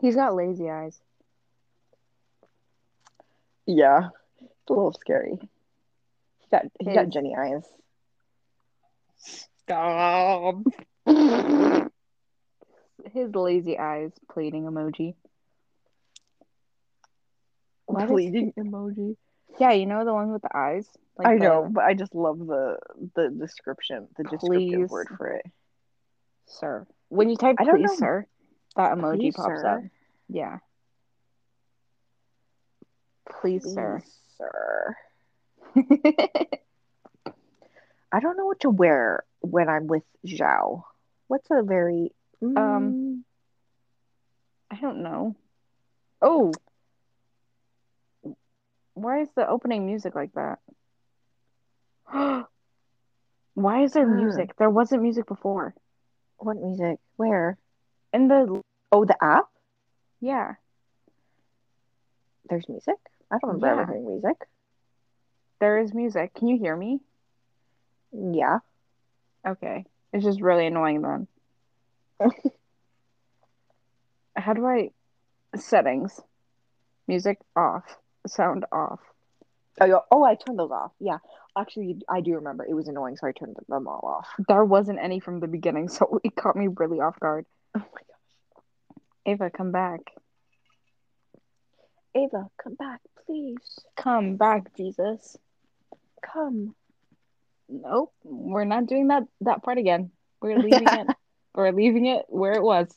S1: He's got lazy eyes.
S3: Yeah, it's a little scary. He got he got
S1: His-
S3: Jenny eyes. Stop.
S1: His lazy eyes pleading emoji. Why does-
S3: Bleeding emoji.
S1: Yeah, you know the one with the eyes? Like
S3: I
S1: the-
S3: know, but I just love the the description, the descriptive
S1: Please.
S3: word for it.
S1: sir. When you type
S3: I don't
S1: please,
S3: know.
S1: sir, that emoji
S3: Please,
S1: pops
S3: sir.
S1: up. Yeah. Please, sir.
S3: Please, sir. I don't know what to wear when I'm with Zhao. What's a very mm,
S1: Um, I don't know. Oh. Why is the opening music like that? Why is there
S3: Hmm.
S1: music? There wasn't music before.
S3: what music? Where?
S1: And the
S3: Oh, the app.
S1: yeah,
S3: There's music. I don't remember
S1: Yeah.
S3: ever hearing music.
S1: there is music. Can you hear me?
S3: Yeah.
S1: Okay. It's just really annoying then. How do I settings? Music off. Sound off.
S3: Oh, yeah. oh, I turned those off. Yeah. Actually, I do remember. It was annoying, so I turned them all off.
S1: There wasn't any from the beginning, so it caught me really off guard.
S3: Oh my god.
S1: Ava, come back.
S3: Ava, come back, please.
S1: Come back, Jesus.
S3: Come.
S1: Nope, we're not doing that that part again. We're leaving it. We're leaving it where it was.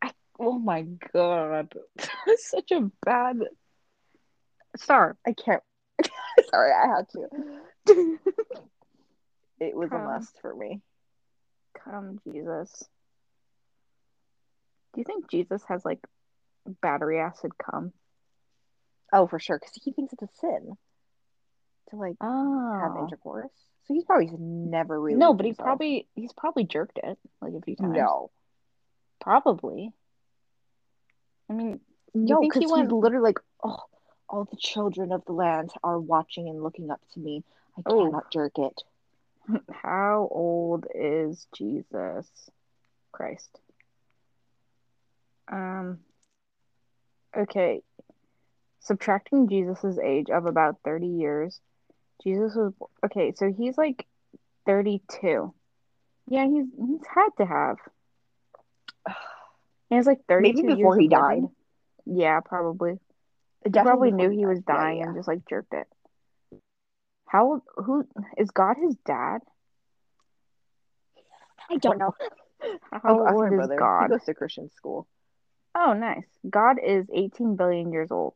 S1: I, oh my god, that's such a bad star.
S3: I can't. Sorry, I had to. it was
S1: Come.
S3: a must for me.
S1: Come, Jesus. Do you think Jesus has like battery acid cum?
S3: Oh, for sure, because he thinks it's a sin to like have
S1: Oh,
S3: intercourse. So he's probably just never really.
S1: no, but he probably he's probably jerked it like a few times.
S3: no,
S1: probably. I mean,
S3: no,
S1: think
S3: because
S1: he
S3: he's
S1: went-
S3: literally like, oh, all the children of the land are watching and looking up to me. I
S1: Oh.
S3: cannot jerk it.
S1: How old is Jesus Christ? Um, okay. Subtracting Jesus's age of about 30 years, Jesus was okay, so he's like 32. Yeah, he's he's had to have. He has like 32
S3: Maybe before
S1: years
S3: he
S1: of
S3: died.
S1: living. Yeah, probably. He probably
S3: Definitely
S1: knew
S3: before
S1: he was
S3: died. Yeah,
S1: dying
S3: yeah.
S1: and just like jerked it. How old who is God his dad?
S3: I don't know.
S1: How old
S3: ask my
S1: is
S3: brother. He
S1: God?
S3: goes to Christian school,
S1: Oh, nice. God is 18 billion years old.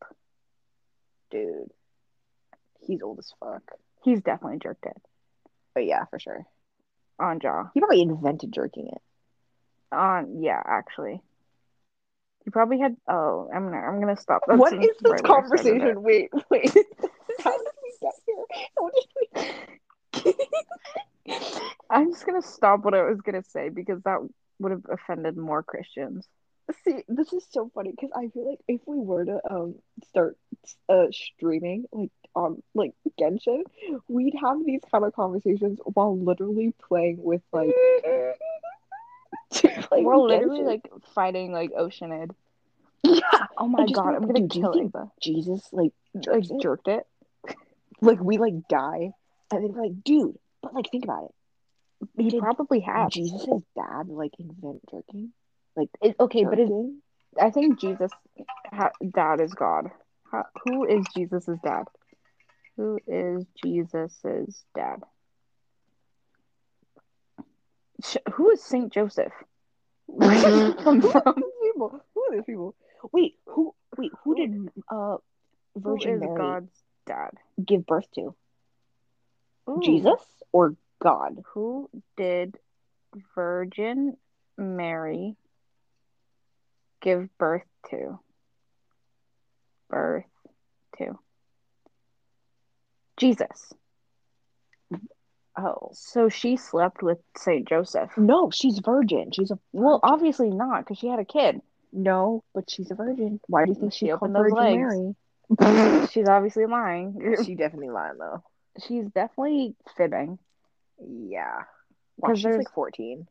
S3: dude. He's old as fuck.
S1: He's definitely jerked it.
S3: But yeah, for sure.
S1: On jaw.
S3: He probably invented jerking it.
S1: On yeah, actually. He probably had oh, I'm gonna I'm gonna stop.
S3: what
S1: That's
S3: is
S1: right
S3: this
S1: where I started it.
S3: conversation? Wait, wait. How did we get here? How did we...
S1: I'm just gonna stop what I was gonna say because that would have offended more Christians.
S3: See, this is so funny because I feel like if we were to um start uh streaming like on like Genshin, we'd have these kind of conversations while literally playing with like. playing
S1: We're
S3: with
S1: literally
S3: Genshin.
S1: like fighting like Oceanid.
S3: yeah.
S1: Oh my
S3: just
S1: god,
S3: like,
S1: I'm gonna
S3: dude, do you
S1: kill
S3: think
S1: Ava.
S3: Jesus like jerks
S1: Like
S3: it?
S1: jerked it.
S3: like we like die and then we're like dude but like think about it
S1: He
S3: Did
S1: probably has.
S3: jesus' dad like invent jerking like
S1: It, okay, but it's
S3: jerking?
S1: I think Jesus' ha- dad is God. How, who is Jesus' dad? Who is Jesus' dad? Sh- who is Saint Joseph?
S3: Mm-hmm.
S1: Where did he come
S3: who are
S1: from?
S3: these people who are these people wait who wait who did uh
S1: Who
S3: virgin
S1: is
S3: mary
S1: God's dad?
S3: give birth to
S1: Ooh.
S3: jesus or god
S1: Who did Virgin Mary give birth to? Birth to Jesus.
S3: oh
S1: So she slept with Saint Joseph.
S3: no she's virgin she's a
S1: Well, obviously not, because she had a kid.
S3: No, but she's a virgin. Why do you think she,
S1: She
S3: called
S1: opened
S3: Virgin
S1: those
S3: Mary?
S1: She's obviously lying.
S3: She definitely lying though.
S1: She's definitely fibbing.
S3: Yeah,
S1: Because
S3: because she's
S1: there's-
S3: like fourteen.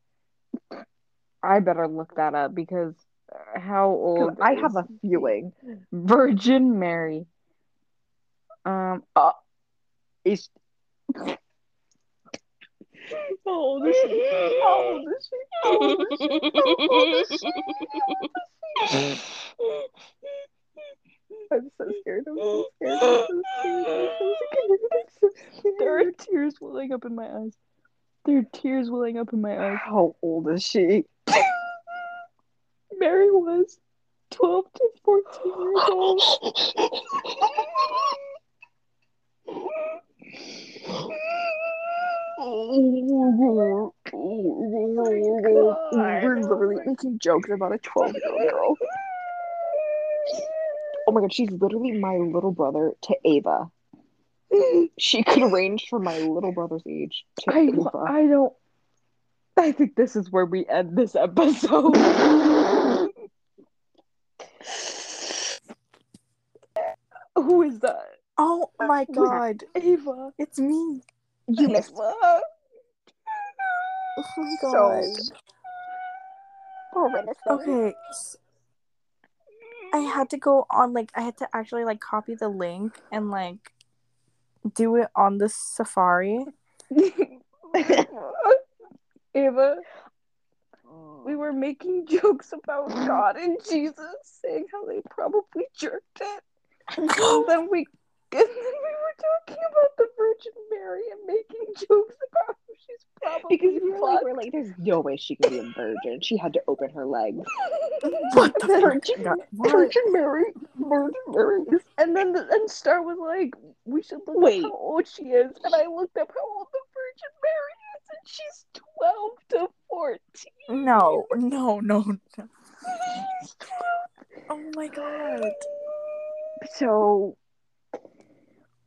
S1: I better look that up because uh, how
S3: 'Cause
S1: old?
S3: I
S1: is
S3: have a feeling
S1: Virgin Mary. Um, uh,
S3: is. How old is she? How old is she? How old is she? How old is she? How old is she? I'm so scared. I'm so scared. I'm so scared. I'm so scared. I'm so scared.
S1: there are tears welling up in my eyes. There are tears welling up in my eyes.
S3: How old is she?
S1: Mary was twelve to fourteen years old.
S3: We're literally making jokes about a 12 year old girl. Oh my god, she's literally my little brother to Ava. She could range from my little brother's age to
S1: I
S3: Ava.
S1: I don't. I think this is where we end this episode. Who is that?
S2: Oh my god.
S1: Ava.
S2: It's me.
S3: you missed.
S2: Oh my
S3: So-
S2: god. Okay. s- I had to go on like I had to actually like copy the link and like do it on the Safari.
S1: Ava. We
S2: Mm.
S1: were making jokes about God and Jesus, saying how they probably jerked it. And then we, and then we were talking about the Virgin Mary and making jokes about how she's probably
S3: Because we were like,
S1: fucked.
S3: we're like, there's no way she could be a virgin. She had to open her legs.
S2: What the
S3: Virgin,
S2: fuck? Oh What?
S3: virgin Mary, Virgin Mary.
S1: And then the, and Star was like, we should look
S3: Wait.
S1: up how old she is. And I looked up how old the Virgin Mary is, and she's 12 to 14.
S2: No, no, no, no. Oh my god.
S3: So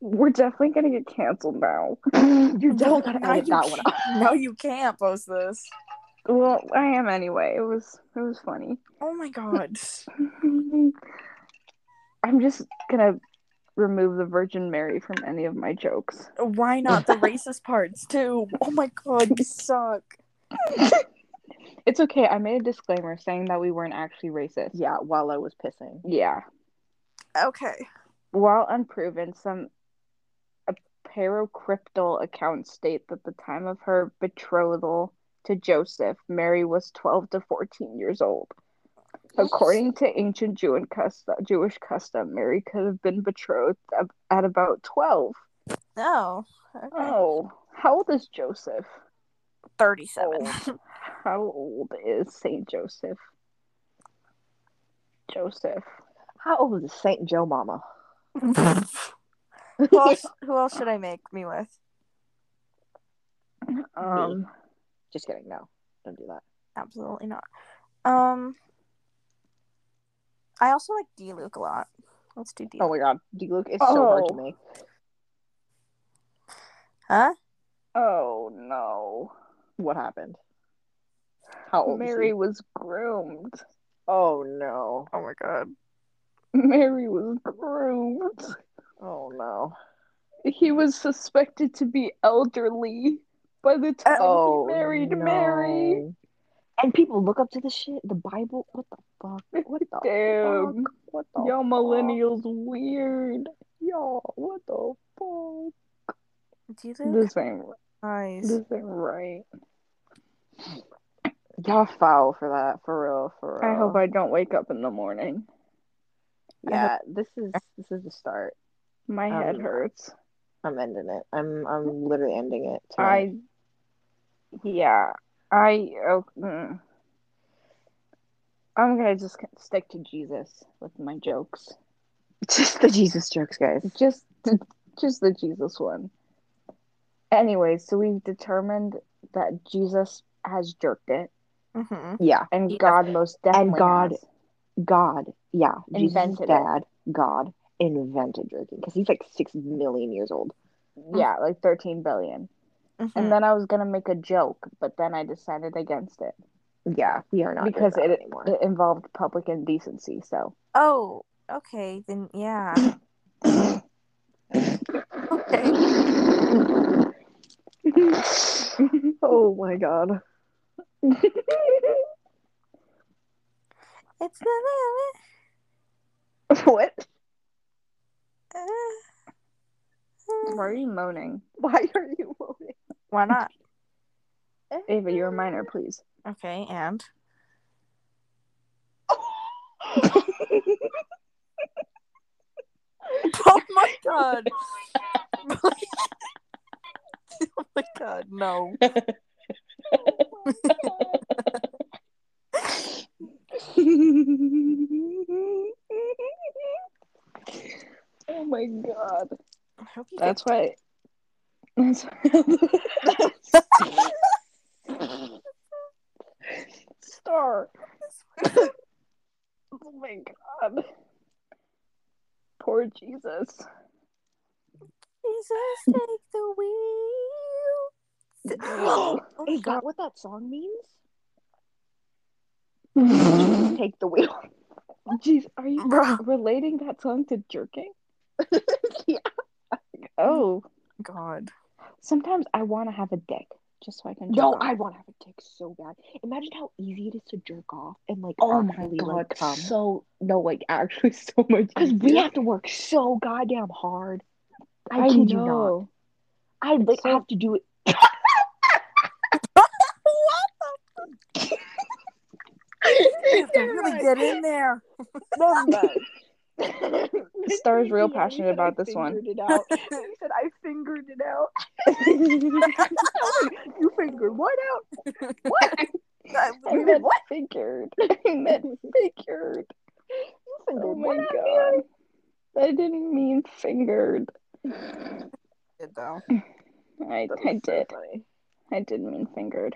S1: We're definitely going to get canceled now.
S3: you
S2: No,
S3: definitely gotta
S2: now
S3: edit
S2: you
S3: that one. out.
S2: can't- No, you can't post this.
S1: Well, I am anyway. It was it was funny.
S2: Oh my god.
S1: I'm just gonna remove the Virgin Mary from any of my jokes.
S2: Why not the racist parts too? Oh my god, you suck.
S1: It's okay. I made a disclaimer saying that we weren't actually racist.
S3: Yeah, while I was pissing.
S1: Yeah.
S2: Okay.
S1: While unproven, some a parocryptal accounts state that the time of her betrothal to Joseph, Mary was 12 to 14 years old. According to ancient Jew and custom, Jewish custom, Mary could have been betrothed ab- at about 12.
S2: Oh. Okay.
S1: Oh, how old is Joseph?
S2: 37.
S1: How old is Saint Joseph? Joseph.
S3: How old is Saint Joe Mama?
S2: who else who else should I make me with?
S1: Um,
S3: Just kidding, no. Don't do that.
S2: Absolutely not. Um I also like D Luke a lot. Let's do D
S3: Oh
S2: Luke.
S3: my god, D Luke is so hard to
S1: Oh.
S3: make.
S2: Huh?
S1: oh no.
S3: What happened? How old Mary.
S1: Mary was groomed.
S3: Oh no.
S2: Oh my god.
S1: Mary was groomed.
S3: Oh no.
S1: He was suspected to be elderly by the time
S3: Oh
S1: he married Mary.
S3: no. And people look up to the shit, the Bible. What the fuck? What the
S1: Damn.
S3: fuck? What the
S1: Y'all
S3: fuck?
S1: millennials weird.
S3: Y'all, what the fuck?
S2: D Luke?
S1: Oh, This ain't
S2: nice.
S1: this ain't right.
S3: Y'all foul for that, for real, for real.
S1: I hope I don't wake up in the morning.
S3: Yeah, this is this is the start.
S1: My head
S3: Um,
S1: hurts.
S3: I'm ending it. I'm I'm literally ending it. tonight.
S1: I, yeah, I, oh, mm. I'm gonna just stick to Jesus with my jokes.
S3: just the Jesus jokes, guys.
S1: Just, just the Jesus one. Anyway, so we've determined that Jesus has jerked it,
S2: Mm-hmm.
S3: Yeah,
S1: and
S8: Yeah.
S1: God most definitely
S3: God-
S1: has.
S3: God. Yeah, Jesus'
S1: Invented it.
S3: dad, God, invented drinking because he's like six million years old. Mm.
S1: Yeah, like
S2: mm-hmm.
S1: 13 billion. And then I was gonna make a joke, but then I decided against it.
S3: Yeah, we are not doing
S1: because
S3: that
S1: it,
S3: anymore.
S1: it involved public indecency. So
S2: Oh, okay. Then yeah. okay.
S1: oh my god.
S2: It's the
S1: what?
S5: Why are you moaning?
S3: Why are you moaning?
S2: Uh, Why not?
S1: Ava, you're a minor, please.
S2: Okay, and Oh my god. oh my god, no.
S1: Oh my god.
S2: I hope you
S1: That's why. That's why. Star. oh my god. Poor Jesus.
S2: Jesus take the wheel.
S3: Oh,
S2: my
S3: Is
S2: God.
S3: that what that song means?
S1: Jeez,
S3: Take the wheel.
S1: are you
S2: Bro.
S1: relating that song to jerking? yeah. Oh,
S2: God.
S1: sometimes I want to have a dick just so I can.
S3: No,
S1: jerk off.
S3: I want to have a dick so bad. Imagine how easy it is to jerk off and like
S1: Oh my
S3: actually
S1: God,
S3: like come.
S1: so no, like actually so much.
S3: Because we
S1: easier.
S3: have to work so goddamn hard. I,
S1: I
S3: kid you not.
S1: know.
S3: I like
S1: So-
S3: have to do it.
S2: You have to really get in there.
S1: Star's real passionate about this one.
S3: It out. He said I fingered it out. you fingered what out?
S1: I meant what? figured. I meant figured.
S3: You fingered
S1: Oh
S3: what
S1: my
S3: out?
S1: god. I didn't mean fingered.
S2: Good though.
S1: I, I did. I did mean fingered.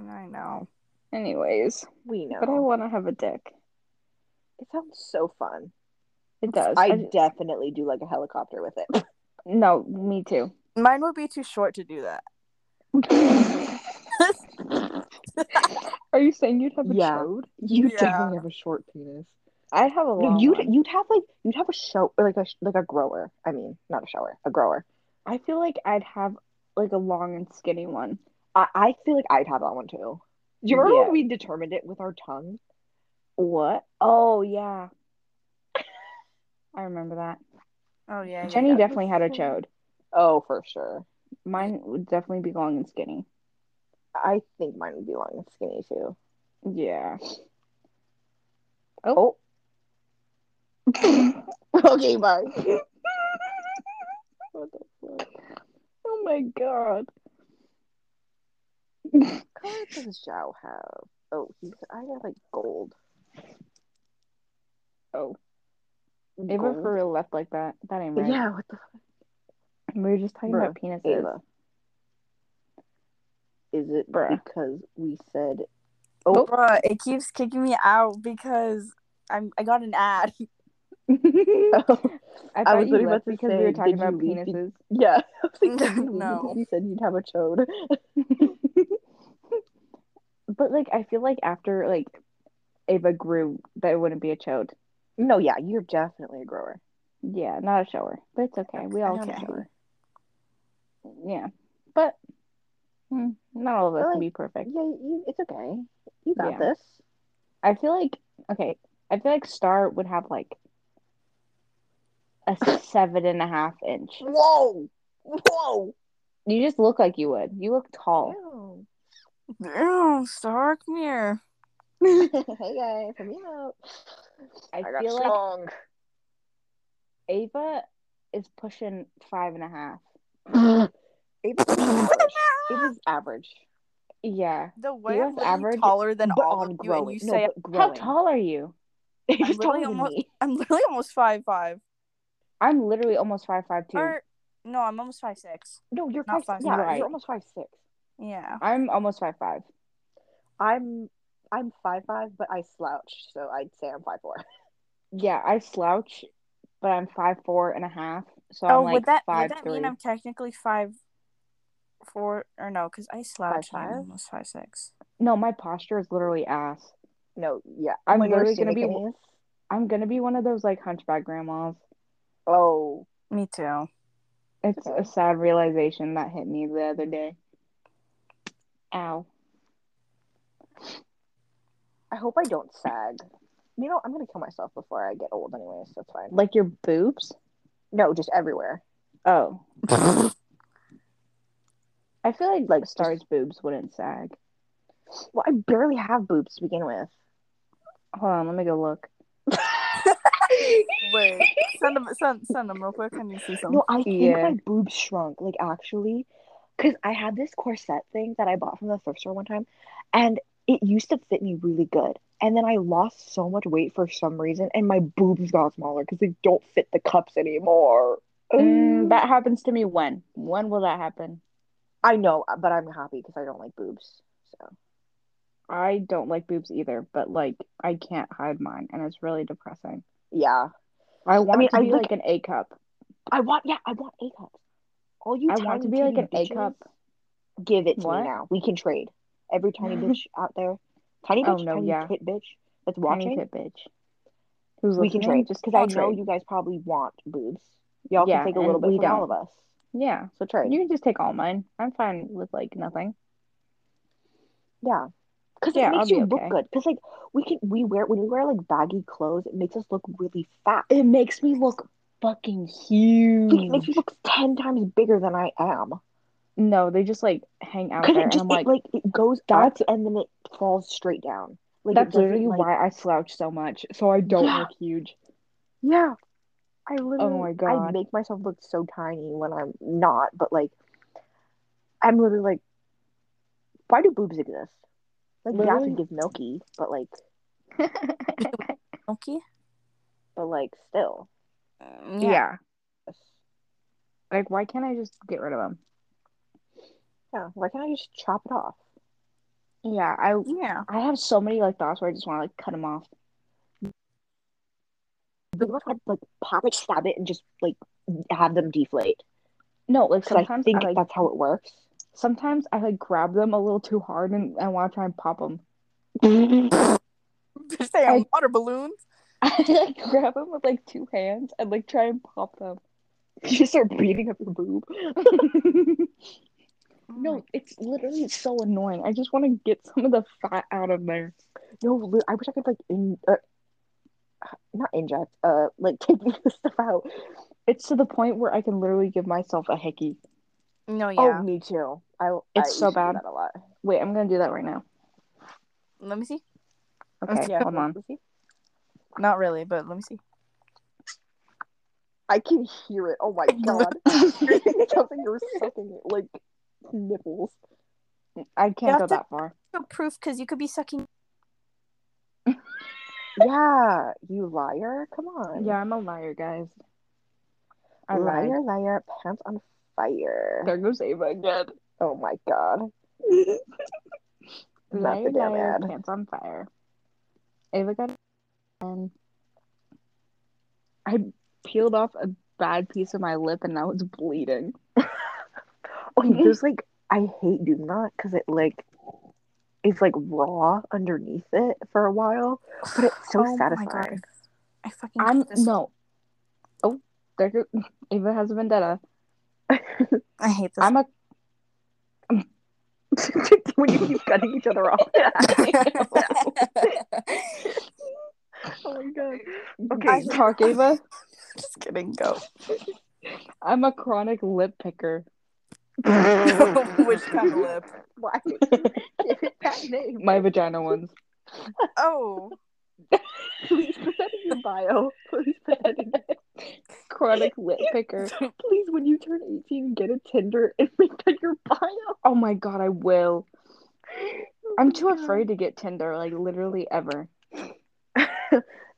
S2: I know.
S1: Anyways,
S3: We know.
S1: but I want to have a dick.
S3: it sounds so fun.
S1: It does.
S3: I
S1: d-
S3: definitely do like a helicopter with it.
S1: no, me too.
S2: Mine would be too short to do that.
S1: Are you saying you'd have a
S3: Yeah.
S1: chode?
S3: You
S2: Yeah.
S3: definitely have a short penis.
S1: I have a long
S3: No, you'd
S1: one.
S3: you'd have like you'd have a show or, like a sh- like a grower. I mean, not a shower, a grower.
S1: I feel like I'd have like a long and skinny one.
S3: I, I feel like I'd have that one too. Do you remember
S1: Yeah.
S3: when we determined it with our tongue?
S1: What? Oh yeah. I remember that.
S2: Oh yeah.
S1: Jenny
S2: yeah.
S1: definitely had a chode.
S3: Oh, for sure.
S1: Mine would definitely be long and skinny.
S3: I think mine would be long and skinny too.
S1: Yeah.
S3: Oh. okay, bye.
S1: What the fuck? Oh my god.
S3: What color does Zhao have? Oh, he's I got like gold.
S1: Oh. Ava
S3: Gold?
S1: for real left like that. That ain't right.
S3: Yeah, what the
S1: We were just talking
S3: Bruh,
S1: about penises.
S3: Ava. is it
S1: Bruh.
S3: because we said oh,
S2: Bruh, it keeps kicking me out because I'm I got an ad.
S1: I,
S3: Oh.
S1: thought
S3: was
S1: you
S3: literally
S1: left
S3: about to
S1: because
S3: say,
S1: we were talking
S3: did you
S1: about
S3: leave be-
S1: penises.
S3: yeah I was like,
S2: No.
S3: did you leave because you said you'd have a chode
S1: But like I feel like after like Ava grew that it wouldn't be a chode.
S3: no yeah you're definitely a grower
S1: Yeah, not a shower. But it's okay. We all
S2: Okay.
S1: can shower. Yeah. But hmm, not all of us
S3: But,
S1: can
S3: like,
S1: be perfect.
S3: yeah you, it's okay you got
S1: Yeah.
S3: this
S1: I feel like okay. I feel like Star would have like a seven and a half inch.
S3: whoa whoa
S1: You just look like you would. You look tall.
S3: Ew.
S2: Oh, Star, come here.
S3: hey guys have you know
S1: I,
S3: I got
S1: feel like
S3: strong
S1: Ava is pushing five and a half.
S3: It was average. It was average.
S1: Yeah.
S2: The way
S1: You
S2: I'm
S1: look
S2: literally
S1: average,
S2: taller than
S3: but
S2: all
S3: on
S2: of you, and
S3: growing.
S2: you
S3: No,
S2: say
S3: but
S1: How
S3: growing.
S1: tall are you?
S3: It
S2: I'm
S3: was
S2: literally
S3: taller than
S2: almost-
S3: me.
S2: I'm literally almost five five.
S1: I'm literally almost five five two.
S2: Or no, I'm almost five six.
S3: No, you're
S2: Not
S3: five.
S2: five,
S3: yeah,
S1: right.
S3: you're almost five six.
S2: Yeah.
S1: I'm almost five five.
S3: I'm I'm five five, but I slouched, so I'd say I'm five four.
S1: Yeah, I slouch, but I'm five four and a half. So
S2: oh,
S1: I'm like
S2: would that
S1: five
S2: would that
S1: three.
S2: mean I'm technically five four or no? Because I slouched.
S3: five?
S2: I'm almost five six.
S1: No, my posture is literally ass.
S3: No, yeah.
S1: I'm
S3: When we were
S1: literally gonna be-
S3: sneaking this-
S1: I'm gonna be one of those like hunchback grandmas.
S3: Oh,
S2: Me too.
S1: It's a sad realization that hit me the other day. Ow.
S3: I hope I don't sag. You know, I'm gonna kill myself before I get old, anyways. That's fine.
S1: Like your boobs?
S3: No, just everywhere.
S1: Oh. I feel like like Star's boobs wouldn't sag.
S3: Well, I barely have boobs to begin with.
S1: Hold on, let me go look.
S2: Wait, send them, send, send them real quick. I need to see some.
S3: No, I think
S1: Yeah.
S3: my boobs shrunk. Like actually, because I had this corset thing that I bought from the thrift store one time, and it used to fit me really good. And then I lost so much weight for some reason, and my boobs got smaller because they don't fit the cups anymore.
S1: Mm, that happens to me when? When will that happen?
S3: I know, but I'm happy because I don't like boobs. So
S1: I don't like boobs either, but like I can't hide mine and it's really depressing.
S3: yeah,
S1: I want
S3: mean,
S1: to
S3: I
S1: be
S3: look-
S1: like an A cup.
S3: I want yeah, I want A cups. All you
S1: I want to
S3: tiny,
S1: be like
S3: teeny
S1: an A
S3: bitches,
S1: cup.
S3: Give it to
S1: What?
S3: me now. We can trade. Every tiny bitch out there, tiny
S1: Oh,
S3: bitch,
S1: no,
S3: tiny
S1: yeah.
S3: tit bitch that's watching.
S1: Tiny tit bitch. Who's
S3: we can
S1: listening?
S3: trade
S1: Just
S3: because I
S1: I'll
S3: know
S1: trade.
S3: you guys probably want boobs. Y'all
S1: Yeah,
S3: can take a
S1: and
S3: little bit
S1: we
S3: from all of us.
S1: Yeah.
S3: So trade.
S1: You can just take all mine. I'm fine with like nothing.
S3: yeah, because
S1: Yeah,
S3: it
S1: I'll
S3: makes
S1: be
S3: you look
S1: okay.
S3: good. Because like we can we wear when we wear like baggy clothes, it makes us look really fat.
S1: It makes me look fucking huge.
S3: Dude, it makes me look ten times bigger than I am.
S1: No, they just like hang out
S3: Because
S1: there,
S3: it
S1: and
S3: just
S1: I'm
S3: it,
S1: like,
S3: like, it goes up
S1: that's-
S3: and then it falls straight down. Like it
S1: that's
S3: doesn't,
S1: literally
S3: like-
S1: why I slouch so much, so I don't
S3: Yeah.
S1: look huge.
S3: Yeah. I literally
S1: Oh my
S3: I
S1: God.
S3: make myself look so tiny when I'm not, but like I'm literally like why do boobs exist? Like
S1: Literally-
S3: Jasmine gives milky, but like
S2: Okay.
S3: but like still.
S2: Mm,
S1: Yeah. Like, why can't I just get rid of them?
S3: Yeah. Why can't I just chop it off?
S1: Yeah, I
S2: Yeah.
S1: I have so many like thoughts where I just want to like cut them off.
S3: But you know, I'd like pop like stab it and just like have them deflate.
S1: No, like
S3: Because I
S1: sometimes I,
S3: think
S1: like
S3: that's how it works.
S1: sometimes I like grab them a little too hard and I want to try and pop them.
S2: Just say I'm
S1: I-
S2: water balloons.
S1: I like grab them with like two hands and like try and pop them.
S3: You just start beating up your boob.
S1: Oh No, it's literally so annoying. I just want to get some of the fat out of there.
S3: No, li- I wish I could like in uh, not inject, uh, like take the stuff out.
S1: It's to the point where I can literally give myself a hickey.
S2: No,
S3: Oh, me too. I I
S1: It's so
S3: used to do
S1: bad.
S3: that a lot.
S1: Wait, I'm gonna do that right now.
S2: Let me see.
S1: Okay,
S2: Yeah.
S1: hold on.
S2: Not really, but let me see.
S3: I can hear it. Oh my god, it sounds like you're sucking it like nipples.
S1: I can't go
S2: have to-
S1: that far.
S2: No proof because you could be sucking.
S3: Yeah, you liar! Come on,
S1: Yeah, I'm a liar, guys. I lied.
S3: liar, liar, pants on fire.
S1: There goes Ava again.
S3: Oh my god, Not
S1: Liar,
S3: the damn
S1: liar,
S3: ad.
S1: pants on fire. Ava got and I peeled off a bad piece of my lip and now it's bleeding. Mm-hmm.
S3: Okay, there's Oh, like I hate doing that because it like is like raw underneath it for a while, but it's
S1: Oh
S3: so satisfying.
S2: I fucking
S1: I'm
S2: hate this.
S1: no. Oh, there goes Ava has a vendetta.
S2: I hate this.
S1: I'm a
S3: when you keep cutting each other off.
S1: Oh my god.
S3: Okay.
S1: Okay, talk Ava.
S2: Just kidding. Go.
S1: I'm a chronic lip picker.
S2: Which kind of lip?
S3: Why did you give it that name?
S1: My vagina ones.
S2: Oh.
S3: Please put that in your bio. Please put that in there.
S1: Chronic lip picker.
S3: Please, when you turn 18, get a Tinder and make that your bio.
S1: Oh my god, I will. I'm
S2: Oh
S1: too afraid to get Tinder, like literally ever.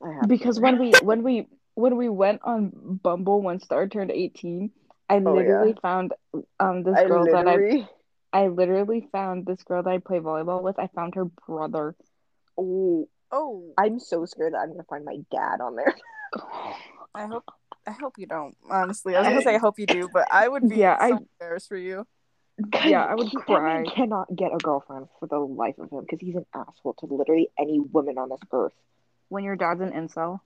S3: I have
S1: Because when we when we when we went on Bumble when Star turned 18, I literally found um this girl that I I literally found this girl that I play volleyball with. I found her brother.
S3: Oh,
S2: Oh.
S3: I'm so scared that I'm gonna find my dad on there.
S2: I hope. I hope you don't. Honestly, I was gonna say I hope you do, but I would be
S1: Yeah, I-
S2: so embarrassed for you.
S1: Yeah, I would
S3: he- that
S1: cry.
S3: man cannot get a girlfriend for the life of him because he's an asshole to literally any woman on this earth.
S1: When your dad's an incel.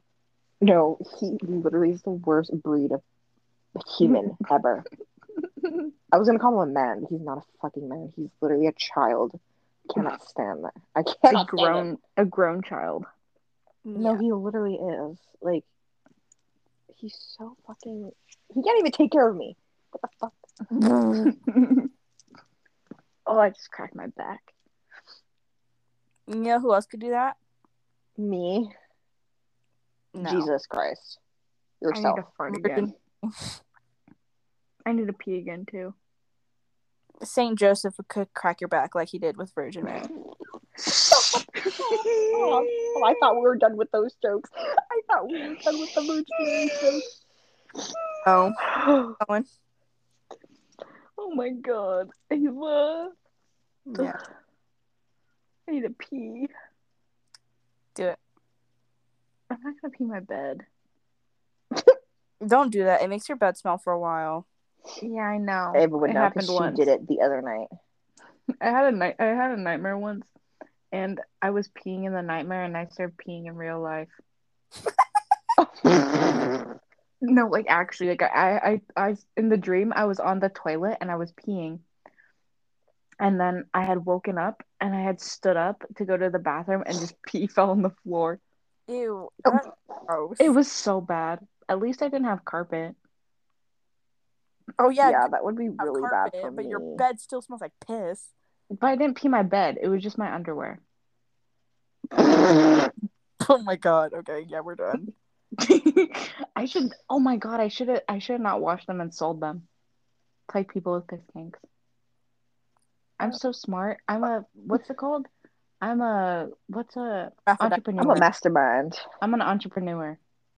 S3: No, he literally is the worst breed of human ever. I was gonna call him a man, but he's not a fucking man. He's literally a child. Cannot stand that. I
S1: A
S3: cannot stand it.
S1: grown a grown child.
S3: No, he literally is. Like, he's so fucking. He can't even take care of me. What the fuck?
S1: Oh, I just cracked my back.
S2: You know who else could do that?
S3: Me?
S2: No.
S3: Jesus Christ. Yourself.
S1: fart
S2: again.
S1: I need to pee again too.
S2: Saint Joseph could crack your back like he did with Virgin Mary.
S3: Mm-hmm. Oh, oh, I thought we were done with those jokes. I thought we were done with the Virgin Mary jokes.
S2: Oh,
S1: oh
S2: Owen.
S1: my god, Ava.
S2: Yeah,
S1: I need to pee.
S2: do it.
S1: I'm not gonna pee my bed.
S2: Don't do that. It makes your bed smell for a while.
S1: Yeah, I know.
S3: Ava would
S1: It
S3: know
S1: happened
S3: because she
S1: once.
S3: did it the other night.
S1: I had a night. I had a nightmare once, and I was peeing in the nightmare, and I started peeing in real life. no, like actually, like I, I, I, in the dream, I was on the toilet and I was peeing, and then I had woken up and I had stood up to go to the bathroom, and just pee fell on the floor.
S2: Ew.
S3: Oh.
S2: that's gross.
S1: It was so bad. At least I didn't have carpet.
S2: oh
S3: Yeah,
S2: yeah, you
S3: that would be
S2: have
S3: really
S2: carpet,
S3: bad for
S2: but
S3: me.
S2: your bed still smells like piss.
S1: But I didn't pee my bed. It was just my underwear.
S2: Oh my god. Okay, yeah, we're done.
S1: I should. Oh my god! I should. I should have not washed them and sold them. It's like people with piss kinks. I'm so smart. I'm a. What's it called? I'm a. What's a
S2: Aphrodite.
S1: entrepreneur?
S3: I'm a mastermind.
S1: I'm an entrepreneur.